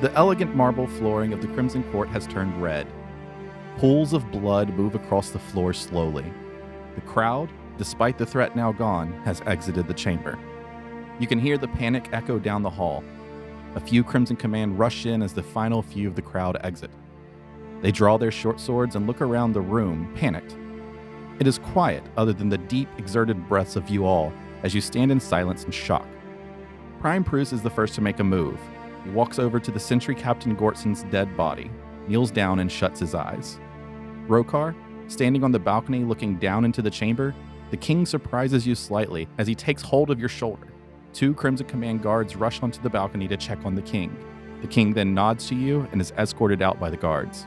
The elegant marble flooring of the Crimson Court has turned red. Pools of blood move across the floor slowly. The crowd, despite the threat now gone, has exited the chamber. You can hear the panic echo down the hall. A few Crimson Command rush in as the final few of the crowd exit. They draw their short swords and look around the room, panicked. It is quiet, other than the deep, exerted breaths of you all as you stand in silence and shock. Prime Prus is the first to make a move. He walks over to the sentry Captain Gortson's dead body, kneels down, and shuts his eyes. Rokar, standing on the balcony looking down into the chamber, the king surprises you slightly as he takes hold of your shoulder. Two Crimson Command guards rush onto the balcony to check on the king. The king then nods to you and is escorted out by the guards.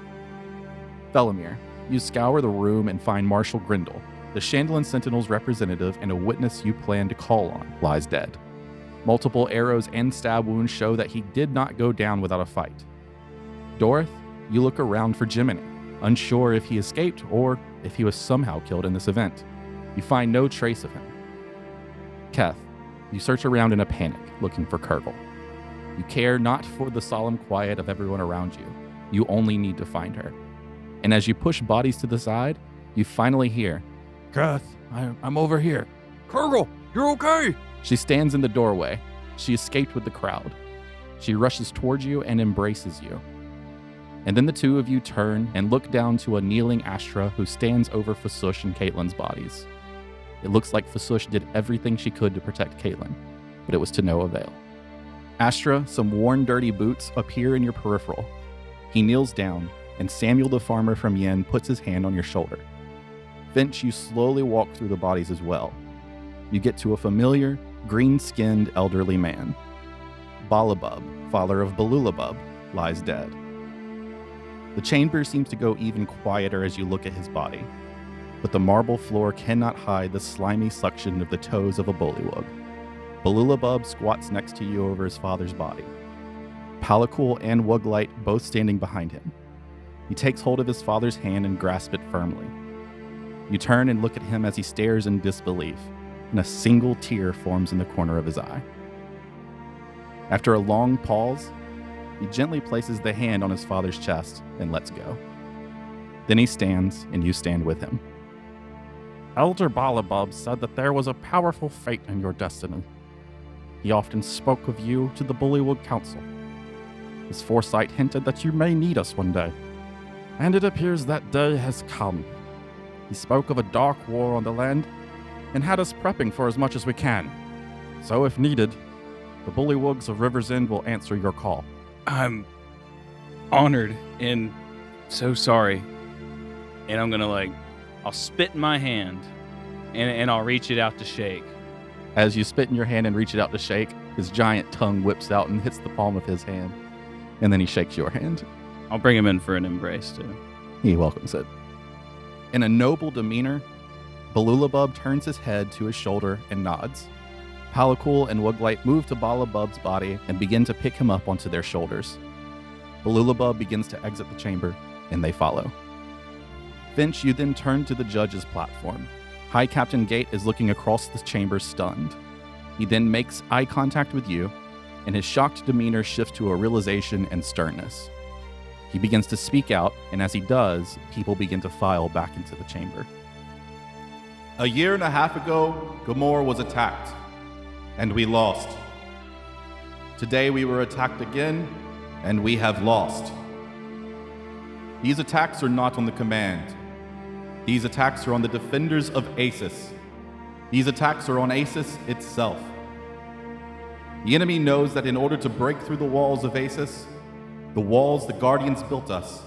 Felomir, you scour the room and find Marshal Grindel. The Chandelin Sentinel's representative and a witness you plan to call on lies dead. Multiple arrows and stab wounds show that he did not go down without a fight. Doroth, you look around for Jiminy, unsure if he escaped or if he was somehow killed in this event. You find no trace of him. Keth, you search around in a panic, looking for Kurgle. You care not for the solemn quiet of everyone around you. You only need to find her. And as you push bodies to the side, you finally hear, Keth, I, I'm over here. Kurgle, you're okay. She stands in the doorway. She escaped with the crowd. She rushes towards you and embraces you. And then the two of you turn and look down to a kneeling Astra who stands over Fasush and Caitlin's bodies. It looks like Fasush did everything she could to protect Caitlin, but it was to no avail. Astra, some worn, dirty boots appear in your peripheral. He kneels down, and Samuel the farmer from Yen puts his hand on your shoulder. Finch, you slowly walk through the bodies as well you get to a familiar, green skinned elderly man. Balabub, father of Balulabub, lies dead. The chamber seems to go even quieter as you look at his body, but the marble floor cannot hide the slimy suction of the toes of a bullywug. Balulabub squats next to you over his father's body. Palakul and Wuglite both standing behind him. He takes hold of his father's hand and grasps it firmly. You turn and look at him as he stares in disbelief and a single tear forms in the corner of his eye. After a long pause, he gently places the hand on his father's chest and lets go. Then he stands, and you stand with him. Elder Balabub said that there was a powerful fate in your destiny. He often spoke of you to the Bullywug Council. His foresight hinted that you may need us one day, and it appears that day has come. He spoke of a dark war on the land and had us prepping for as much as we can. So, if needed, the Bullywugs of River's End will answer your call. I'm honored and so sorry. And I'm gonna like, I'll spit in my hand, and and I'll reach it out to shake. As you spit in your hand and reach it out to shake, his giant tongue whips out and hits the palm of his hand, and then he shakes your hand. I'll bring him in for an embrace too. He welcomes it. In a noble demeanor, Balulabub turns his head to his shoulder and nods. Palakul and Wuglite move to Balabub's body and begin to pick him up onto their shoulders. Balulabub begins to exit the chamber, and they follow. Finch, you then turn to the judge's platform. High Captain Gate is looking across the chamber stunned. He then makes eye contact with you, and his shocked demeanor shifts to a realization and sternness. He begins to speak out, and as he does, people begin to file back into the chamber. A year and a half ago, Gomorrah was attacked, and we lost. Today we were attacked again, and we have lost. These attacks are not on the command. These attacks are on the defenders of ASIS. These attacks are on ASIS itself. The enemy knows that in order to break through the walls of ASIS, the walls the Guardians built us,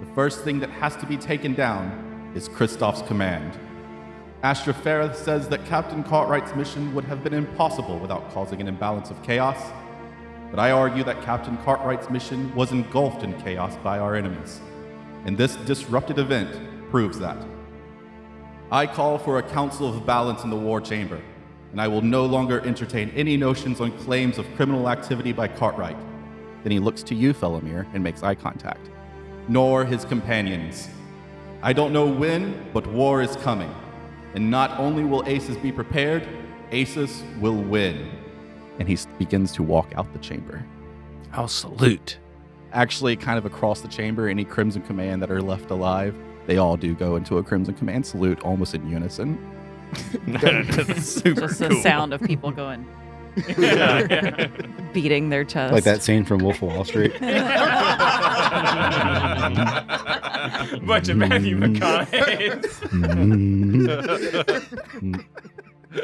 the first thing that has to be taken down is Kristoff's command. Astra Fereth says that Captain Cartwright's mission would have been impossible without causing an imbalance of chaos, but I argue that Captain Cartwright's mission was engulfed in chaos by our enemies, and this disrupted event proves that. I call for a council of balance in the war chamber, and I will no longer entertain any notions on claims of criminal activity by Cartwright. Then he looks to you, Felomir, and makes eye contact. Nor his companions. I don't know when, but war is coming. And not only will Aces be prepared, Aces will win. And he begins to walk out the chamber. I'll salute. Actually, kind of across the chamber, any Crimson Command that are left alive, they all do go into a Crimson Command salute almost in unison. That's super Just the cool. sound of people going, Yeah, yeah. beating their chest. Like that scene from Wolf of Wall Street. Bunch of Matthew Mm-hmm. McConaughey. Mm. Mm-hmm.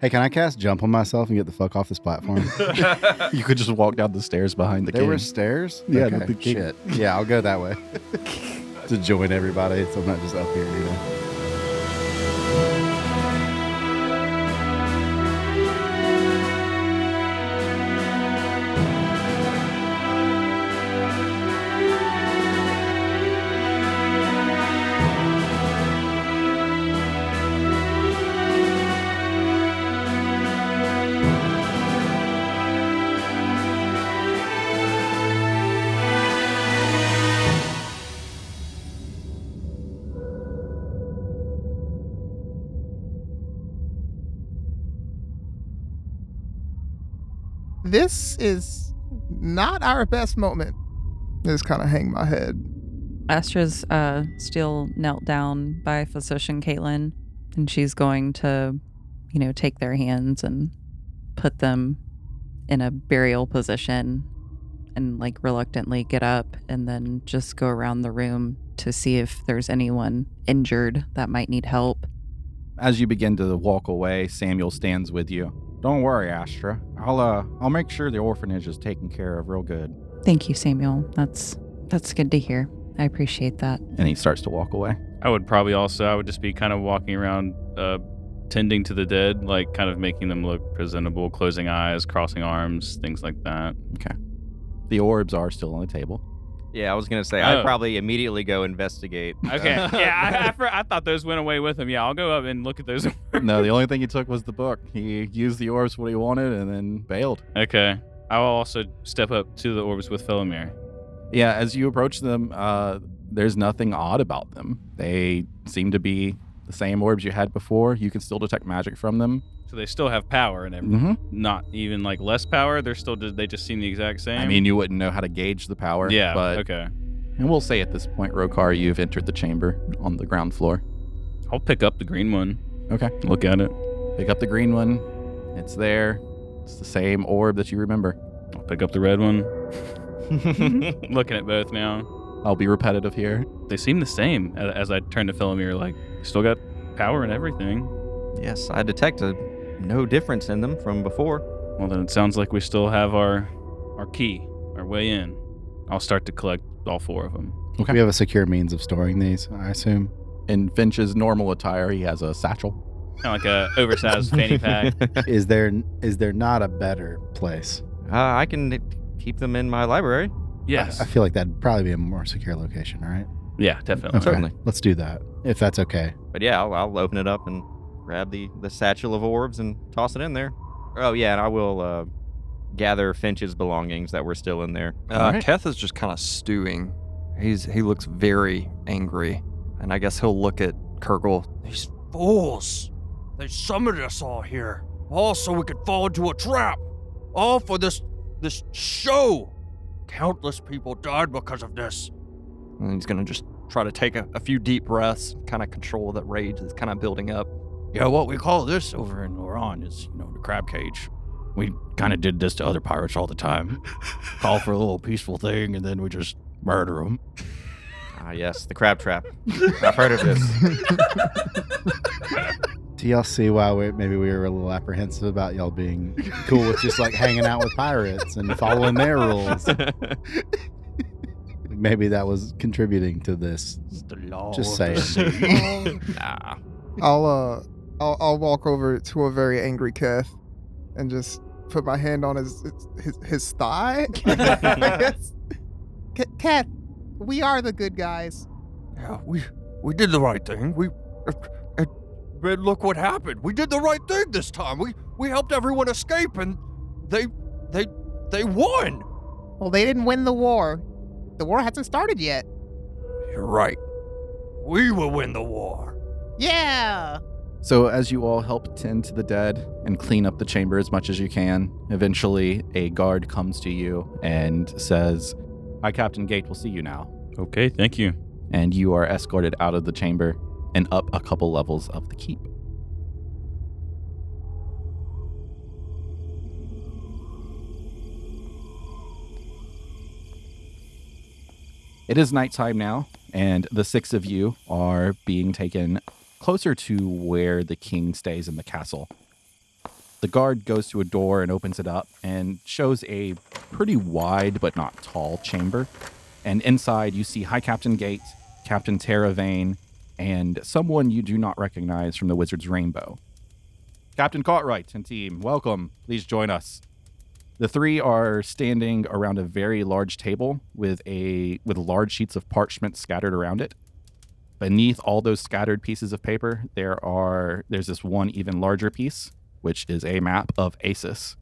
hey, can I cast jump on myself and get the fuck off this platform? You could just walk down the stairs behind the there king. were stairs. Yeah, Okay, the king. shit. Yeah, I'll go that way to join everybody, so I'm not just up here. You know. This is not our best moment. I Just kind of hang my head. Astra's uh, still knelt down by physician Caitlin, and she's going to, you know, take their hands and put them in a burial position and like reluctantly get up and then just go around the room to see if there's anyone injured that might need help. As you begin to walk away, Samuel stands with you. Don't worry, Astra. I'll uh, I'll make sure the orphanage is taken care of real good. Thank you, Samuel. That's that's good to hear. I appreciate that. And he starts to walk away. I would probably also, I would just be kind of walking around, uh, tending to the dead, like kind of making them look presentable, closing eyes, crossing arms, things like that. The orbs are still on the table. Yeah, I was gonna say Oh. I'd probably immediately go investigate. Uh, Okay. yeah, I, I, for- I thought those went away with him. Yeah, I'll go up and look at those. No, the only thing he took was the book. He used the orbs for what he wanted and then bailed. okay. I will also step up to the orbs with Felomir. Yeah, as you approach them, uh, there's nothing odd about them. They seem to be the same orbs you had before. You can still detect magic from them. So they still have power and everything. Mm-hmm. Not even like less power. They're still, they just seem the exact same. I mean, you wouldn't know how to gauge the power. yeah. But, okay. And we'll say at this point, Rokar, you've entered the chamber on the ground floor. I'll pick up the green one. Okay. Look at it. Pick up the green one. It's there. It's the same orb that you remember. I'll pick up the red one. Looking at both now. I'll be repetitive here. They seem the same a- as I turn to Felomir, like, still got power and everything. yes, I detect a, no difference in them from before. Well, then it sounds like we still have our our key, our way in. I'll start to collect all four of them. Okay. We have a secure means of storing these, I assume. In Finch's normal attire, he has a satchel. Kind of like a oversized fanny pack. uh, Is there is there not a better place? uh, I can keep them in my library. Yes. I feel like that'd probably be a more secure location, right? Yeah, definitely. Certainly. Let's do that if that's okay. But yeah, I'll, I'll open it up and grab the, the satchel of orbs and toss it in there. Oh, yeah, and I will uh, gather Finch's belongings that were still in there. All Uh, right. Keth is just kind of stewing. He's he looks very angry, and I guess he'll look at Kurgle. These fools! They summoned us all here, all so we could fall into a trap, all for this this show. Countless people died because of this. And he's gonna just try to take a, a few deep breaths, kind of control that rage that's kind of building up. Yeah, what we call this over in Oran is, you know, the crab cage. We kind of did this to other pirates all the time. Call for a little peaceful thing, and then we just murder them. Ah, yes, the crab trap. I've heard of this. Do y'all see why we, maybe we were a little apprehensive about y'all being cool with just like hanging out with pirates and following their rules? Maybe that was contributing to this. It's the law. Just of the saying. sea. Um, Nah. I'll uh, I'll, I'll walk over to a very angry Keth, and just put my hand on his his his thigh. I guess. K- Keth, we are the good guys. Yeah, we we did the right thing. We, uh, uh, but look what happened. We did the right thing this time. We we helped everyone escape, and they they they won. Well, they didn't win the war. The war hasn't started yet. You're right. We will win the war. Yeah. So, as you all help tend to the dead and clean up the chamber as much as you can, eventually a guard comes to you and says, Hi, Captain Gate, we'll see you now. Okay, thank you. And you are escorted out of the chamber and up a couple levels of the keep. It is nighttime now, and the six of you are being taken closer to where the king stays in the castle. The guard goes to a door and opens it up and shows a pretty wide but not tall chamber. And inside, you see High Captain Gates, Captain Tara Vane, and someone you do not recognize from the Wizard's Rainbow. Captain Cartwright and team, welcome. Please join us. The three are standing around a very large table with a with large sheets of parchment scattered around it beneath all those scattered pieces of paper there are there's this one even larger piece which is a map of asis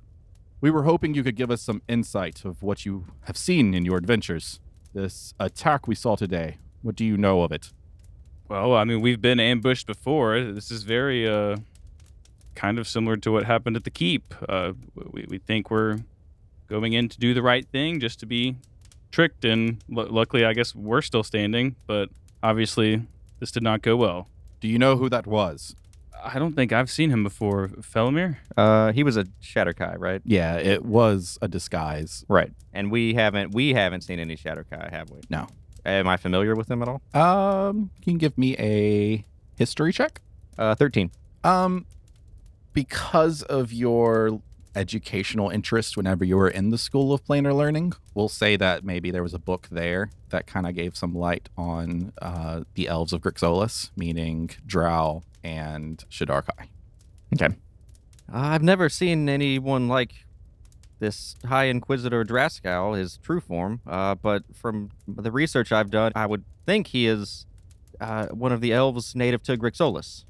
we were hoping you could give us some insight of what you have seen in your adventures this attack we saw today what do you know of it Well, I mean, we've been ambushed before. This is very uh, kind of similar to what happened at the keep. Uh, we, we think we're going in to do the right thing just to be tricked, and lu luckily, I guess we're still standing. But obviously, this did not go well. do you know who that was I don't think I've seen him before, Felomir. Uh, he was a Shatterkai, right? yeah it was a disguise Right. And we haven't we haven't seen any Shatterkai, have we? No. Am I familiar with him at all? um you can give me a history check Uh, thirteen. Um, because of your educational interest, whenever you were in the School of Planar Learning, we'll say that maybe there was a book there that kind of gave some light on uh, the elves of Grixolis, meaning Drow and Shadarkai. Uh, I've never seen anyone like this High Inquisitor Draskow, his true form. Uh, but from the research I've done, I would think he is uh, one of the elves native to Grixolis.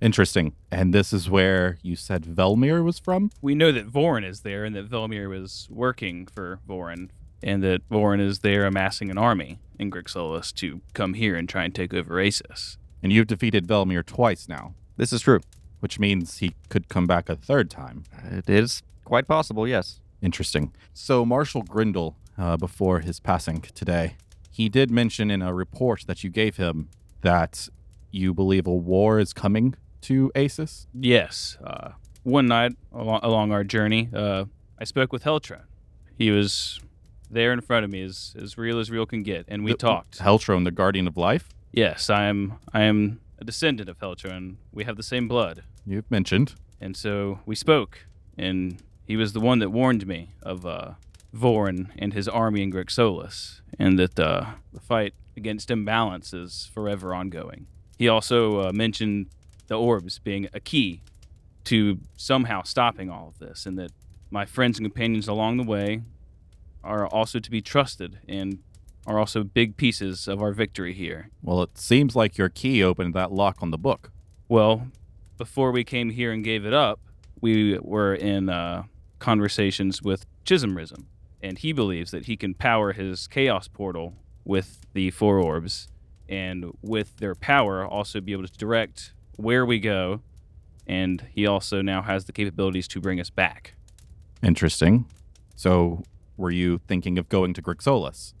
Interesting. And this is where you said Velmir was from. We know that Vorin is there, and that Felomir was working for Vorin, and that Vorin is there amassing an army in Grixolis to come here and try and take over Asus. And you've defeated Velmir twice now, This is true. which means he could come back a third time. It is quite possible, yes. Interesting. So, Marshal Grindel, uh, before his passing today, he did mention in a report that you gave him that you believe a war is coming to Asis. Yes. Uh, one night along, along our journey, uh, I spoke with Heltra. He was there in front of me, as, as real as real can get, and we The- talked. Heltron, the Guardian of Life, Yes, I am. I am a descendant of Heltra, and we have the same blood. you've mentioned. And so we spoke, and he was the one that warned me of uh, Vorin and his army in Grixolis, and that uh, the fight against imbalance is forever ongoing. He also uh, mentioned the orbs being a key to somehow stopping all of this, and that my friends and companions along the way are also to be trusted and are also big pieces of our victory here. Well, it seems like your key opened that lock on the book. Well, before we came here and gave it up, we were in uh, conversations with Chisholm Rism, and he believes that he can power his chaos portal with the four orbs, and with their power, also be able to direct where we go. And he also now has the capabilities to bring us back. Interesting. So, were you thinking of going to Grixolis?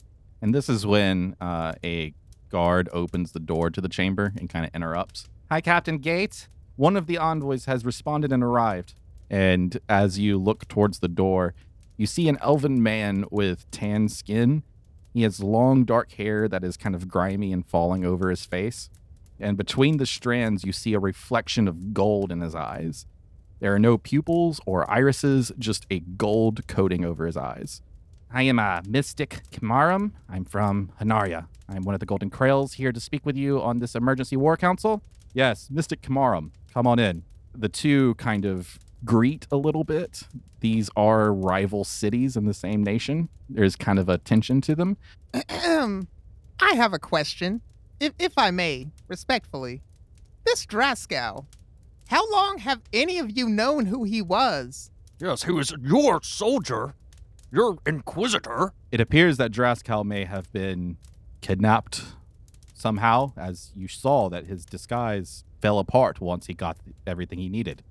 And this is when uh, a guard opens the door to the chamber and kind of interrupts. Hi, Captain Gates. One of the envoys has responded and arrived. And as you look towards the door, you see an elven man with tan skin. He has long, dark hair that is kind of grimy and falling over his face. And between the strands, you see a reflection of gold in his eyes. There are no pupils or irises, just a gold coating over his eyes. I am a mystic Kimarum. I'm from Hanaria. I'm one of the Golden Krails here to speak with you on this emergency war council. Yes, Mystic Kimarum, come on in. The two kind of greet a little bit. These are rival cities in the same nation. There's kind of a tension to them. Ahem. I have a question, if, if I may, respectfully. This Draskow, how long have any of you known who he was? Yes, he was your soldier, your inquisitor. It appears that Draskal may have been kidnapped somehow, as you saw that his disguise fell apart once he got everything he needed.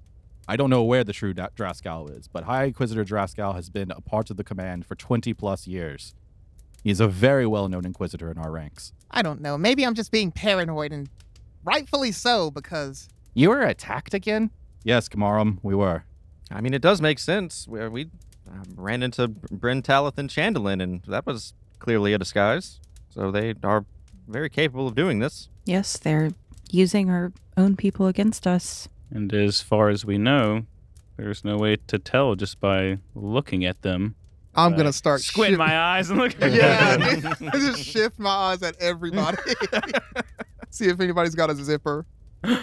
I don't know where the true Da- Draskal is, but High Inquisitor Draskal has been a part of the command for 20 plus years. He is a very well known Inquisitor in our ranks. I don't know. Maybe I'm just being paranoid and rightfully so because You were attacked again? Yes, Kamarum, we were. I mean, it does make sense. We, we uh, ran into Bryn Talith and Chandelin, and that was clearly a disguise. So they are very capable of doing this. Yes, they're using our own people against us. And as far as we know, there's no way to tell just by looking at them. I'm Uh, gonna start Squint shi- my eyes and look. yeah, dude. I just shift my eyes at everybody. See if anybody's got a zipper.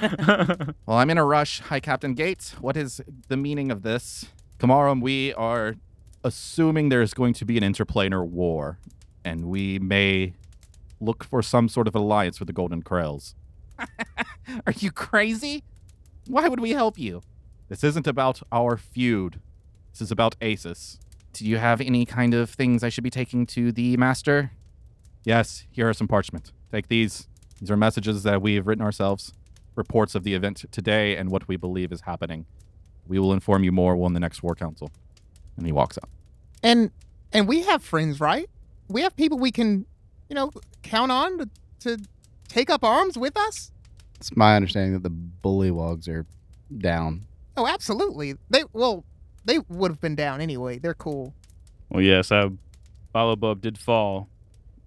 Well, I'm in a rush. Hi, Captain Gates. What is the meaning of this? Kamarum, we are assuming there's going to be an interplanar war, and we may look for some sort of alliance with the Golden Krails. are you crazy? Why would we help you? This isn't about our feud. This is about Asus. Do you have any kind of things I should be taking to the master? Yes, here are some parchment. Take these. These are messages that we have written ourselves reports of the event today and what we believe is happening. We will inform you more on the next war council. And he walks out. And and we have friends, right? We have people we can, you know, count on to, to take up arms with us. It's my understanding that the bullywogs are down. Oh, absolutely. They well, they would have been down anyway. They're cool. well, yes, I, Balabub did fall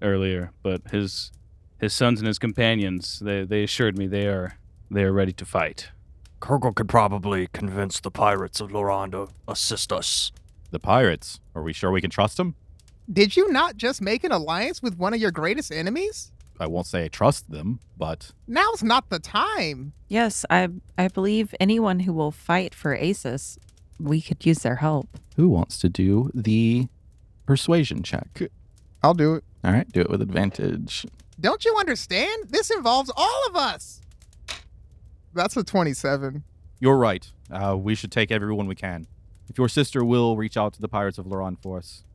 earlier, but his his sons and his companions they, they assured me they are they are ready to fight. Kurgle could probably convince the pirates of Loran to assist us. The pirates. Are we sure we can trust them? Did you not just make an alliance with one of your greatest enemies? I won't say I trust them, but Now's not the time. Yes, I I believe anyone who will fight for Asus, we could use their help. who wants to do the persuasion check? I'll do it. All right, do it with advantage. Don't you understand? This involves all of us. That's a 27. You're right. Uh, we should take everyone we can. If your sister will reach out to the pirates of Loran for us,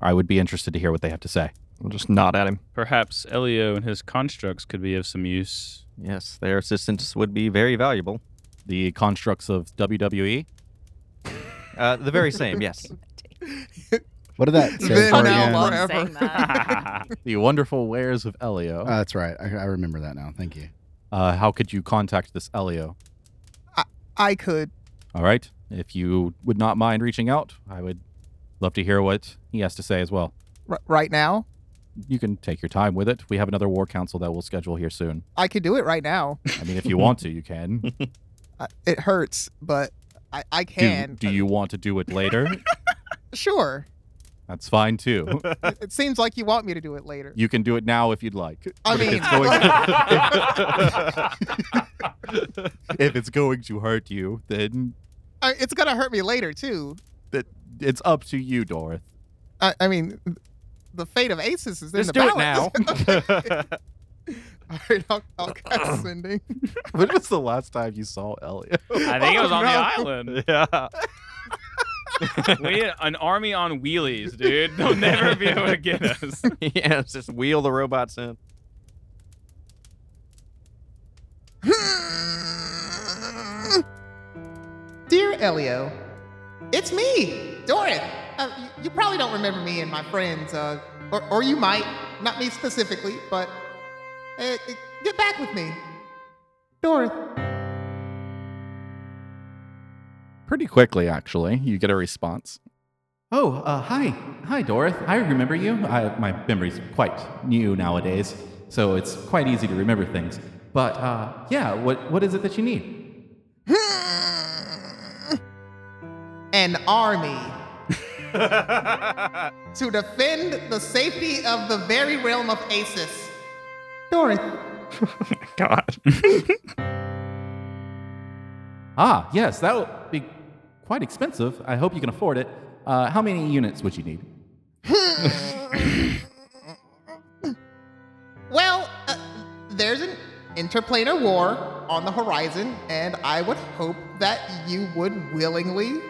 I would be interested to hear what they have to say. I'll just nod at him. Perhaps Elio and his constructs could be of some use. Yes, their assistance would be very valuable. The constructs of E? WWE. Uh, the very same, yes. What did that say Then for now again? what? The wonderful wares of Elio. Uh, that's right. I, I remember that now. Thank you. Uh, how could you contact this Elio? I could. All right. If you would not mind reaching out, I would love to hear what he has to say as well. R- right now? You can take your time with it. We have another war council that we'll schedule here soon. I could do it right now. I mean, if you want to, you can. I, it hurts, but I, I Do, can. do you want to do it later? Sure. That's fine too. It, it seems like you want me to do it later. You can do it now if you'd like. I But if mean, it's going- if it's going to hurt you, then I, Uh, it's going to hurt me later, too. that it's up to you, Dorth. I, I mean, the fate of Aces is in Let's the do it balance. All right, I'll, I'll cast sending. When was the last time you saw Elliot? I think it was on the Oh, no. island. Yeah. we had an army on wheelies, dude. They'll never be able to get us. yes, just wheel the robots in. Dear Elio, it's me, Dorith. Uh, you, you probably don't remember me and my friends, uh, or, or you might. Not me specifically, but uh, uh, get back with me. Dorith. Pretty quickly, actually, you get a response. Oh, uh, hi, hi, Dorothy. I remember you. I, my memory's quite new nowadays, so it's quite easy to remember things. But uh, yeah, what what is it that you need? An army to defend the safety of the very realm of Aces. Dorith. God. Ah, yes, that would be quite expensive. I hope you can afford it. Uh, how many units would you need? Well, uh, there's an interplanar war on the horizon, and I would hope that you would willingly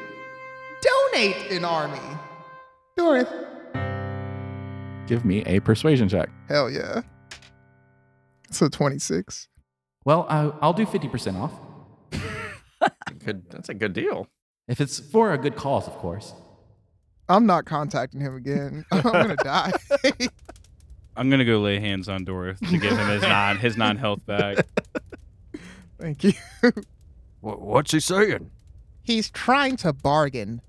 donate an army. Dorith. Give me a persuasion check. Hell yeah. So 26. Well, I, I'll do 50% off. Good, that's a good deal. If it's for a good cause, of course. I'm not contacting him again. I'm gonna die. I'm gonna go lay hands on Dorth to give him his non his non health back. Thank you. What, what's he saying? He's trying to bargain.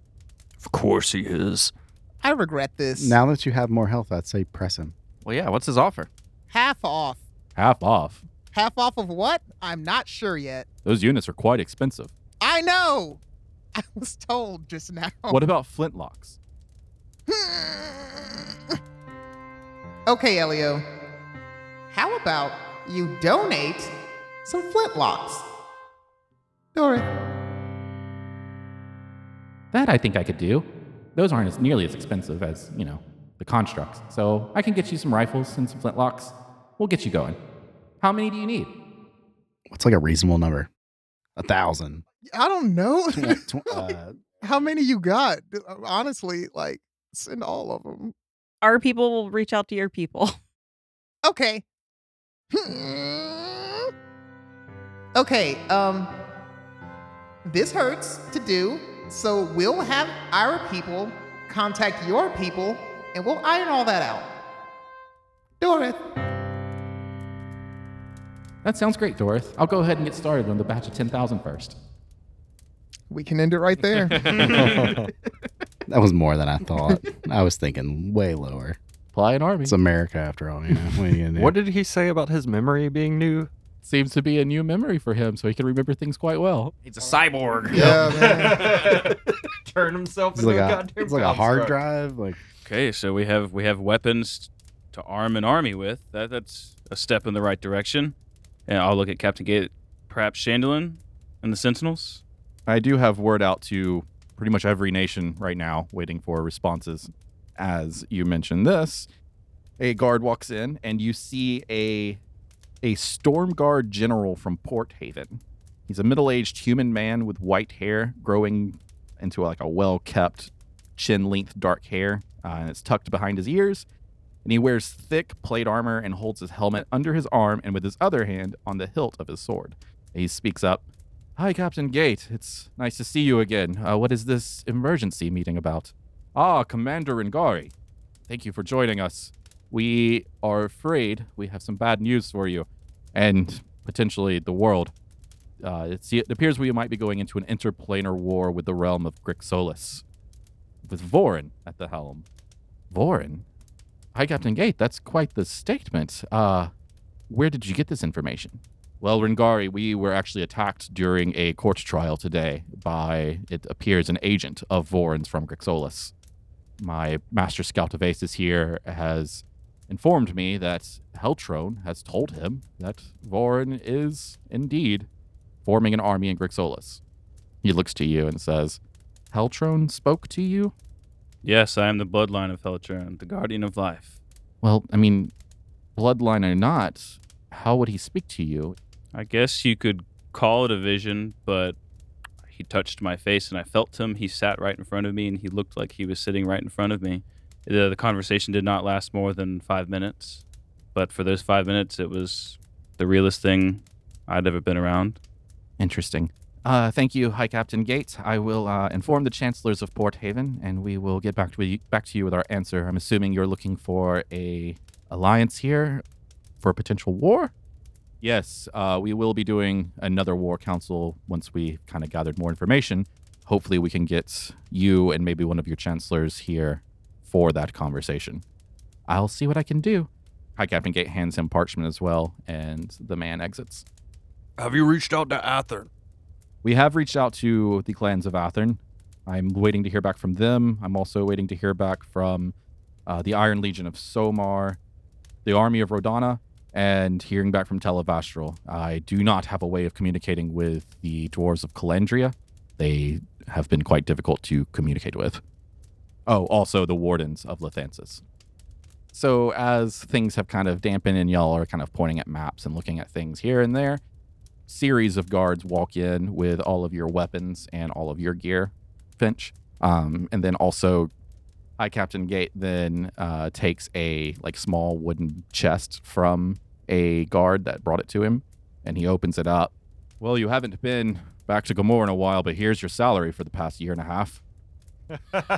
Of course he is. I regret this. Now that you have more health, I'd say press him. Well, yeah. What's his offer? Half off. Half off. Half off of what? I'm not sure yet. Those units are quite expensive. I know. I was told just now. Oh. What about flintlocks? okay, Elio. How about you donate some flintlocks? Dora. That I think I could do. Those aren't as nearly as expensive as, you know, the constructs. So I can get you some rifles and some flintlocks. We'll get you going. How many do you need? What's like a reasonable number? A thousand. I don't know. Tw- tw- uh, How many you got? uh, Honestly, like, send all of them. Our people will reach out to your people. Okay. Mm-hmm. okay, um this hurts to do, so we'll have our people contact your people and we'll iron all that out. Dorith. That sounds great, Dorth. I'll go ahead and get started on the batch of 10,000 first. We can end it right there. that was more than I thought. I was thinking way lower. Apply an army. It's America after all. You know? What are you gonna do? What did he say about his memory being new? Seems to be a new memory for him, so he can remember things quite well. He's a cyborg. Yeah, man. Turn himself it's into like a "Uh, Oh, a, goddamn it's like a hard construct. drive. Like Okay, so we have we have weapons to arm an army with. That that's a step in the right direction. And I'll look at Captain Gate, perhaps Chandelin and the Sentinels. I do have word out to pretty much every nation right now, waiting for responses. As you mentioned this, a guard walks in, and you see a a storm guard general from Port Haven. He's a middle-aged human man with white hair growing into like a well-kept chin-length dark hair, uh, and it's tucked behind his ears. And he wears thick plate armor and holds his helmet under his arm and with his other hand on the hilt of his sword. He speaks up. Hi, Captain Gate. It's nice to see you again. Uh, what is this emergency meeting about? Ah, Commander Ringari. Thank you for joining us. We are afraid we have some bad news for you, and potentially the world. Uh, it's, it appears we might be going into an interplanar war with the realm of Grixolis, with Vorin at the helm. Vorin? Hi, Captain Gate. That's quite the statement. Uh, where did you get this information? Well, Rengari, we were actually attacked during a court trial today by, it appears, an agent of Vorin's from Grixolis. My master scout of Aces here has informed me that Heltrone has told him that Vorin is indeed forming an army in Grixolis. He looks to you and says, Heltrone spoke to you? Yes, I am the bloodline of Heltron, the guardian of life. Well, I mean, bloodline or not, how would he speak to you? I guess you could call it a vision, but he touched my face and I felt him. He sat right in front of me and he looked like he was sitting right in front of me. The, the conversation did not last more than five minutes, but for those five minutes, it was the realest thing I'd ever been around. Interesting. Uh, thank you, High Captain Gates. I will uh, inform the chancellors of Port Haven, and we will get back to you, back to you with our answer. I'm assuming you're looking for a alliance here for a potential war. Yes, uh, we will be doing another war council once we kind of gathered more information. Hopefully, we can get you and maybe one of your chancellors here for that conversation. I'll see what I can do. High Captain Gate hands him parchment as well, and the man exits. Have you reached out to Athern? We have reached out to the clans of Athern. I'm waiting to hear back from them. I'm also waiting to hear back from uh, the Iron Legion of Somar, the Army of Rodana, and hearing back from Televastral. I do not have a way of communicating with the Dwarves of Calendria. They have been quite difficult to communicate with. Oh, also the Wardens of Lathansis. So, as things have kind of dampened and y'all are kind of pointing at maps and looking at things here and there, series of guards walk in with all of your weapons and all of your gear, Finch. Um, and then also, High Captain Gate then uh, takes a like small wooden chest from a guard that brought it to him and he opens it up. Well, you haven't been back to Gomorrah in a while, but here's your salary for the past year and a half. I'm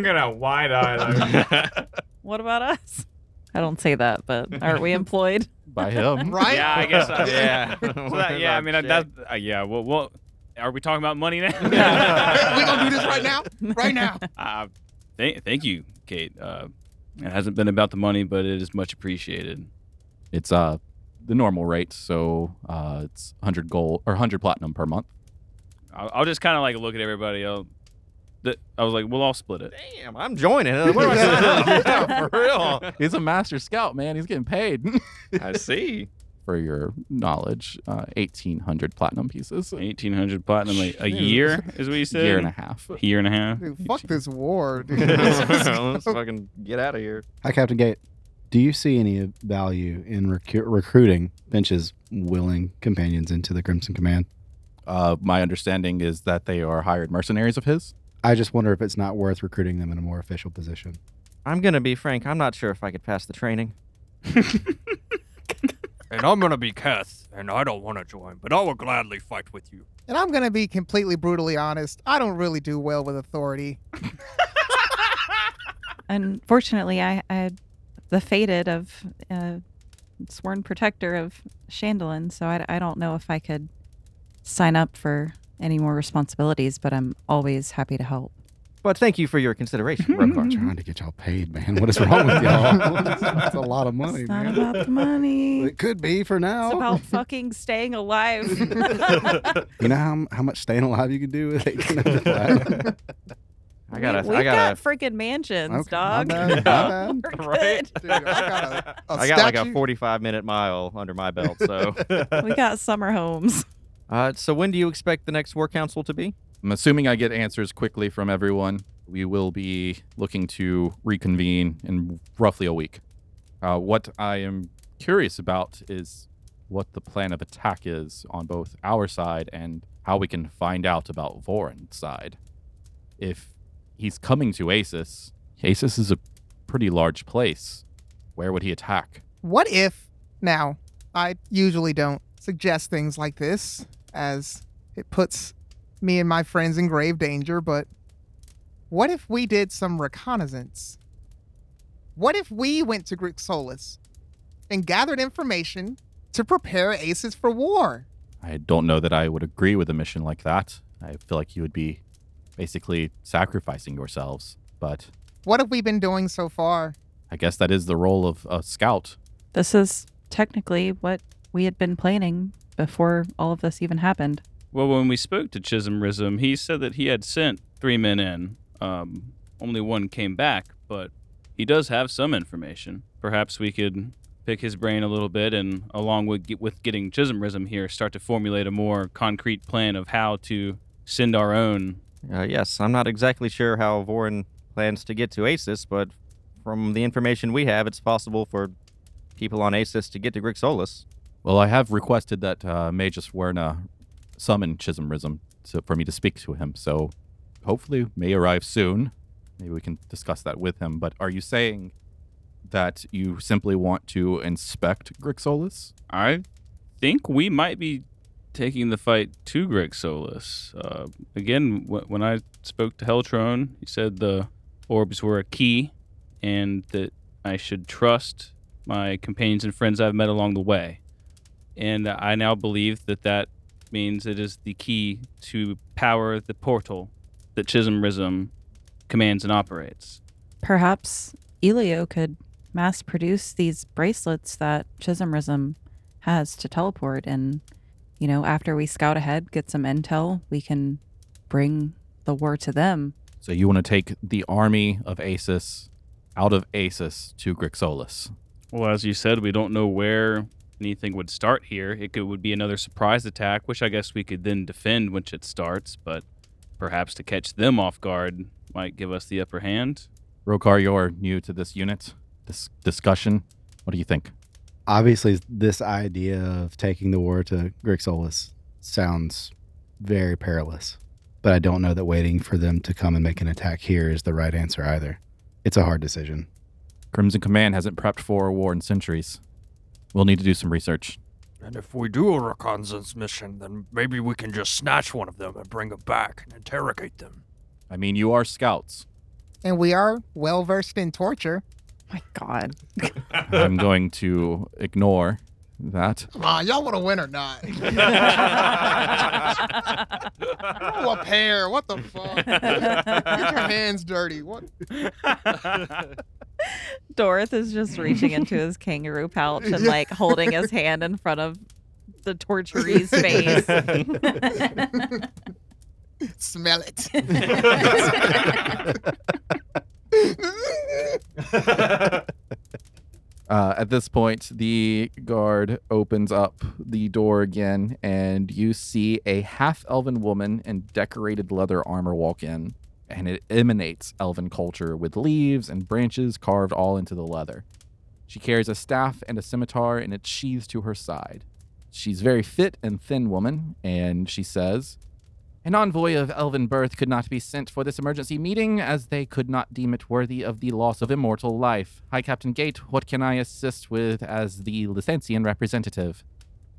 gonna wide eye them. What about us? I don't say that, but aren't we employed? By him. Right? Yeah, I guess. I, Yeah. So that- yeah, I mean, I, that. Uh, yeah. Well, well, are we talking about money now? we gonna do this right now? Right now. Uh, th- thank you, Kate. Uh, it hasn't been about the money, but it is much appreciated. It's uh the normal rate, so uh, it's 100 gold or 100 platinum per month. I'll, I'll just kind of like look at everybody. I'll, th- I was like, we'll all split it. Damn, I'm joining. What do I sign up? Yeah, for real. He's a master scout, man. He's getting paid. I see. For your knowledge, uh, 1,800 platinum pieces. A Eighteen hundred platinum a, a year is what you said. year and a half. half. Year and a half. Dude, fuck this war, dude. Let's fucking get out of here. Hi, Captain Gate. Do you see any value in recu- recruiting Finch's willing companions into the Crimson Command? Uh, my understanding is that they are hired mercenaries of his. I just wonder if it's not worth recruiting them in a more official position. I'm gonna be frank. I'm not sure if I could pass the training. And I'm gonna be Keth, and I don't want to join, but I will gladly fight with you. And I'm gonna be completely brutally honest. I don't really do well with authority. Unfortunately, I, I the fated of uh, Sworn protector of Chandelin, so I, I don't know if I could sign up for any more responsibilities, but I'm always happy to help. But thank you for your consideration, I'm Rokar. trying to get y'all paid, man. What is wrong with y'all? That's a lot of money, it's not man. about the money. it could be for now. it's about fucking staying alive. you know how, how much staying alive you can do with 1800 platinum? I gotta, We've I got gotta, freaking mansions, Okay, my dog. bad, my bad. We're Right? good. Dude, I uh, got a, a I got like a statue. 45 minute mile under my belt. So, We got summer homes. uh, so when do you expect the next war council to be? I'm assuming I get answers quickly from everyone. We will be looking to reconvene in roughly a week. Uh, what I am curious about is what the plan of attack is on both our side and how we can find out about Voron's side. If he's coming to Asus, Asus is a pretty large place. Where would he attack? What if now I usually don't suggest things like this as it puts me and my friends in grave danger, but what if we did some reconnaissance? What if we went to Grixolis and gathered information to prepare Aces for war? I don't know that I would agree with a mission like that. I feel like you would be basically sacrificing yourselves, but What have we been doing so far? I guess that is the role of a scout. This is technically what we had been planning before all of this even happened. Well, when we spoke to Chisholm Rism, he said that he had sent three men in. Um, only one came back, but he does have some information. Perhaps we could pick his brain a little bit, and along with get, with getting Chisholm Rism here, start to formulate a more concrete plan of how to send our own. Uh, yes, I'm not exactly sure how Vorin plans to get to Asis, but from the information we have, it's possible for people on Asis to get to Grixolis. Well, I have requested that uh, Magus Werna summon Chisholm Rism to, for me to speak to him, so hopefully may arrive soon. Maybe we can discuss that with him. But are you saying that you simply want to inspect Grixolis? I think we might be taking the fight to Greg Solis. Uh, again, w- when I spoke to Heltron, he said the orbs were a key and that I should trust my companions and friends I've met along the way. And I now believe that that means it is the key to power the portal that Chisholm Rism commands and operates. Perhaps Elio could mass produce these bracelets that Chisholmism has to teleport. And, you know, after we scout ahead, get some intel, we can bring the war to them. So you want to take the army of Asus out of Asus to Grixolis? Well, as you said, we don't know where anything would start here. It could would be another surprise attack, which I guess we could then defend once it starts, but perhaps to catch them off guard might give us the upper hand. Rokar, you're new to this unit, this discussion. What do you think? Obviously, this idea of taking the war to Grixolis sounds very perilous, but I don't know that waiting for them to come and make an attack here is the right answer either. It's a hard decision. Crimson Command hasn't prepped for a war in centuries. We'll need to do some research. And if we do a reconnaissance mission, then maybe we can just snatch one of them and bring them back and interrogate them. I mean, you are scouts. And we are well versed in torture. My God. I'm going to ignore that. Come on, y'all want to win or not? Ooh, a pair. What the fuck? Get your hands dirty. What? Dorothy is just reaching into his kangaroo pouch and Yeah. like holding his hand in front of the torturee's face. Smell it. Uh, at this point, the guard opens up the door again, and you see a half elven woman in decorated leather armor walk in, and it emanates elven culture with leaves and branches carved all into the leather. She carries a staff and a scimitar, and it's sheathed to her side. She's very fit and thin woman, and she says, An envoy of elven birth could not be sent for this emergency meeting, as they could not deem it worthy of the loss of immortal life. Hi, Captain Gate, what can I assist with as the Lathansian representative?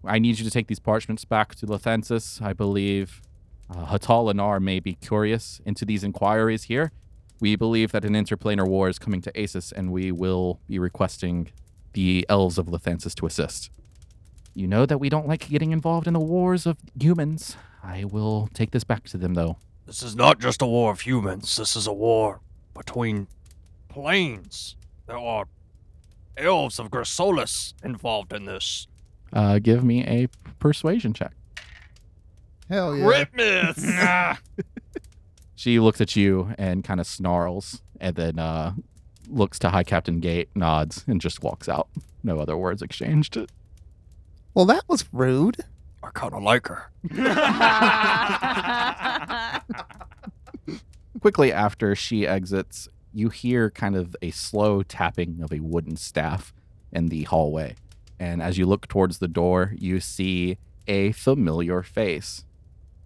I need you to take these parchments back to Lathansis. I believe uh, Hatal Anar may be curious into these inquiries here. We believe that an interplanar war is coming to Asus, and we will be requesting the elves of Lathansis to assist. You know that we don't like getting involved in the wars of humans. I will take this back to them, though. This is not just a war of humans. This is a war between planes. There are elves of Grisolus involved in this. Uh, give me a persuasion check. Hell yeah. Crit miss! Ah, She looks at you and kind of snarls, and then uh, looks to High Captain Gate, nods, and just walks out. No other words exchanged. Well, that was rude. I kind of like her. Oh Quickly after she exits, you hear kind of a slow tapping of a wooden staff in the hallway. And as you look towards the door, you see a familiar face.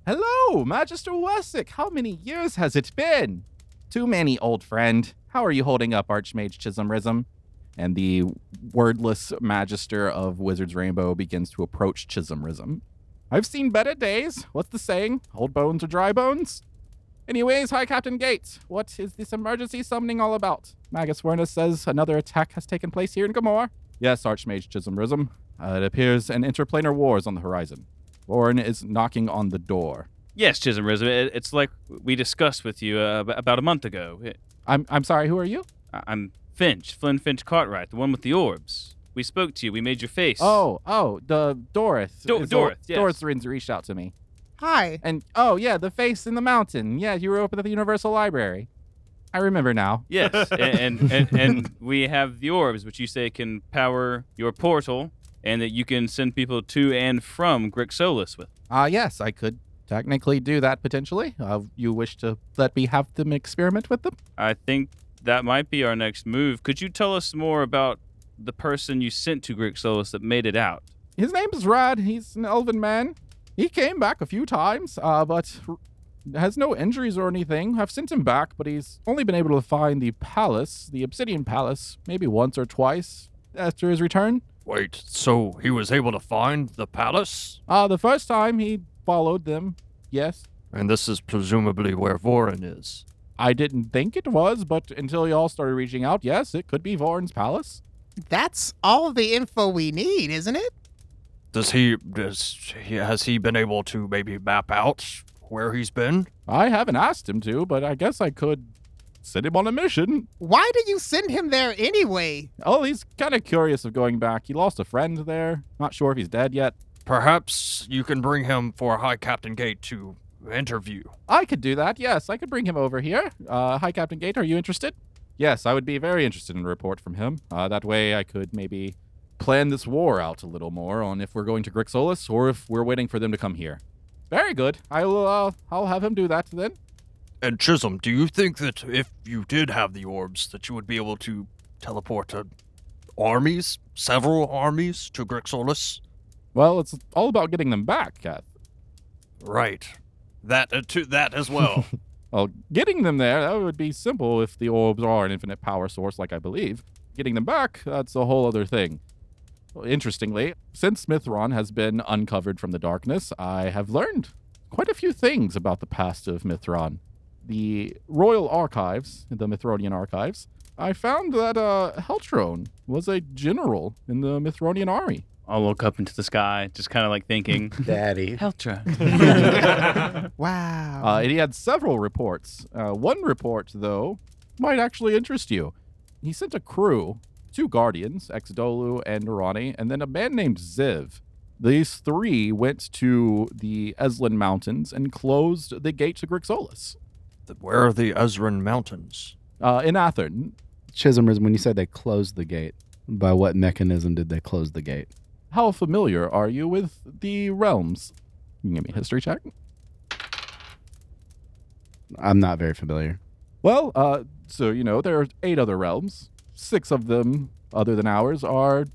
Hello, Magister Wessex. How many years has it been? Too many, old friend. How are you holding up, Archmage Chisholmrism? And the wordless Magister of Wizard's Rainbow begins to approach Chisholmrism. I've seen better days. What's the saying? Old bones are dry bones? Anyways, hi, Captain Gates. What is this emergency summoning all about? Magus Werner says another attack has taken place here in Gamor. Yes, Archmage Chisholm Rism. Uh, it appears an interplanar war is on the horizon. Warren is knocking on the door. Yes, Chisholm Rizzo. It, it's like we discussed with you uh, ab- about a month ago. It- I'm, I'm sorry, who are you? I- I'm Finch, Flynn Finch Cartwright, the one with the orbs. We spoke to you. We made your face. Oh, oh, the Dorith. Do- is- Dorith, yes. Dorith Rins reached out to me. Hi. And, oh, yeah, the face in the mountain. Yeah, you were up at the Universal Library. I remember now. Yes, a- and, and, and we have the orbs, which you say can power your portal, and that you can send people to and from Grixolis with. Uh, yes, I could technically do that potentially. Uh, you wish to let me have them experiment with them? I think that might be our next move. Could you tell us more about the person you sent to Grixolis that made it out? His name is Rad. He's an elven man. He came back a few times, uh, but r- has no injuries or anything. I've sent him back, but he's only been able to find the palace, the Obsidian Palace, maybe once or twice after his return. Wait, so he was able to find the palace? Uh, the first time he followed them, yes. And this is presumably where Vorin is. I didn't think it was, but until y'all started reaching out, yes, it could be Varn's palace. That's all the info we need, isn't it? Does he, does he, has he been able to maybe map out where he's been? I haven't asked him to, but I guess I could send him on a mission. Why did you send him there anyway? Oh, he's kind of curious of going back. He lost a friend there. Not sure if he's dead yet. Perhaps you can bring him for High Captain Gate to interview. I could do that. Yes, I could bring him over here. Uh, hi, Captain Gate. Are you interested? Yes, I would be very interested in a report from him. Uh, that way, I could maybe plan this war out a little more on if we're going to Grixolis or if we're waiting for them to come here. Very good. I will. Uh, I'll have him do that then. And Chisholm, do you think that if you did have the orbs, that you would be able to teleport to armies, several armies, to Grixolis? Well, it's all about getting them back, Kath. Right. That uh, to that as well. Well, getting them there that would be simple if the orbs are an infinite power source, like I believe. Getting them back that's a whole other thing. Interestingly, since Mithron has been uncovered from the darkness, I have learned quite a few things about the past of Mithron. The Royal Archives, the Mithronian Archives, I found that uh, Heltron was a general in the Mithronian army. I'll look up into the sky, just kind of like thinking, Daddy. Heltra. Wow. Uh, and he had several reports. Uh, one report, though, might actually interest you. He sent a crew, two guardians, Exdolu and Narani, and then a man named Ziv. These three went to the Eslin Mountains and closed the gate to Grixolis Where are the Ezrin Mountains? uh, in Athern. Chisholm, when you said they closed the gate, by what mechanism did they close the gate? How familiar are you with the realms? You can give me a history check. I'm not very familiar. Well, uh, so you know, there are eight other realms. Six of them, other than ours, are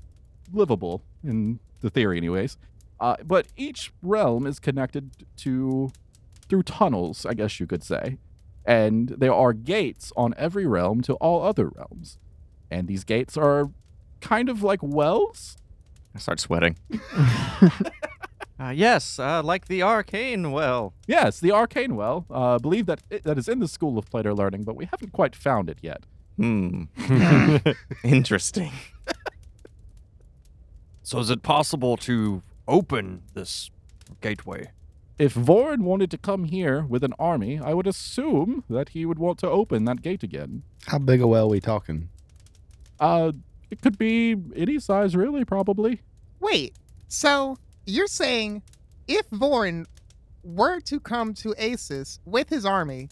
livable in the theory, anyways. Uh, but each realm is connected to through tunnels, I guess you could say, and there are gates on every realm to all other realms, and these gates are kind of like wells. I start sweating. uh, yes, uh, like the arcane well. Yes, the arcane well. Uh, I believe that that is in the School of Plato Learning, but we haven't quite found it yet. Hmm. Interesting. So is it possible to open this gateway? If Vorin wanted to come here with an army, I would assume that he would want to open that gate again. How big a well we talking? Uh, it could be any size, really, probably. Wait, so you're saying if Vorin were to come to Asis with his army,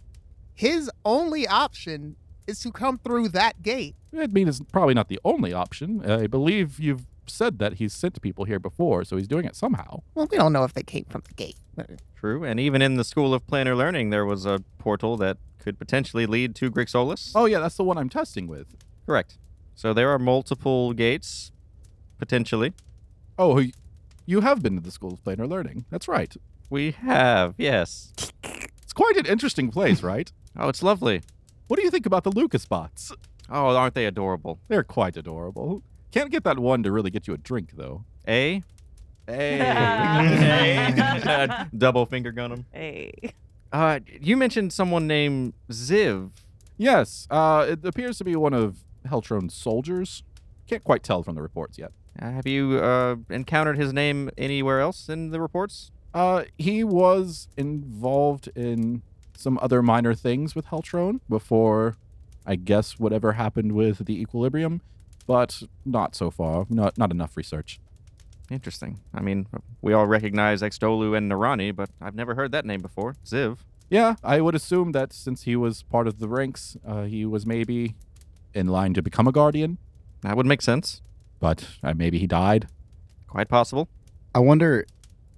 his only option is to come through that gate. I mean, it's probably not the only option. I believe you've said that he's sent people here before, so he's doing it somehow. Well, we don't know if they came from the gate. True, and even in the School of Planar Learning, there was a portal that could potentially lead to Grixolis. Oh, yeah, that's the one I'm testing with. Correct. So there are multiple gates, potentially. Oh, y- you have been to the School of Planar Learning. That's right. We have, yes. It's quite an interesting place, right? Oh, it's lovely. What do you think about the Lucas bots? Oh, aren't they adorable? They're quite adorable. Can't get that one to really get you a drink, though. A. Hey. Double finger gun them. Hey. Uh, you mentioned someone named Ziv. Yes, uh, it appears to be one of Heltron's soldiers. Can't quite tell from the reports yet. Uh, have you uh, encountered his name anywhere else in the reports? Uh, he was involved in some other minor things with Heltron before, I guess, whatever happened with the equilibrium, but not so far. Not not enough research. Interesting. I mean, uh, we all recognize Exdolu and Narani, but I've never heard that name before. Ziv. Yeah, I would assume that since he was part of the ranks, uh, he was maybe in line to become a guardian, That would make sense. but uh, maybe he died. Quite possible. I wonder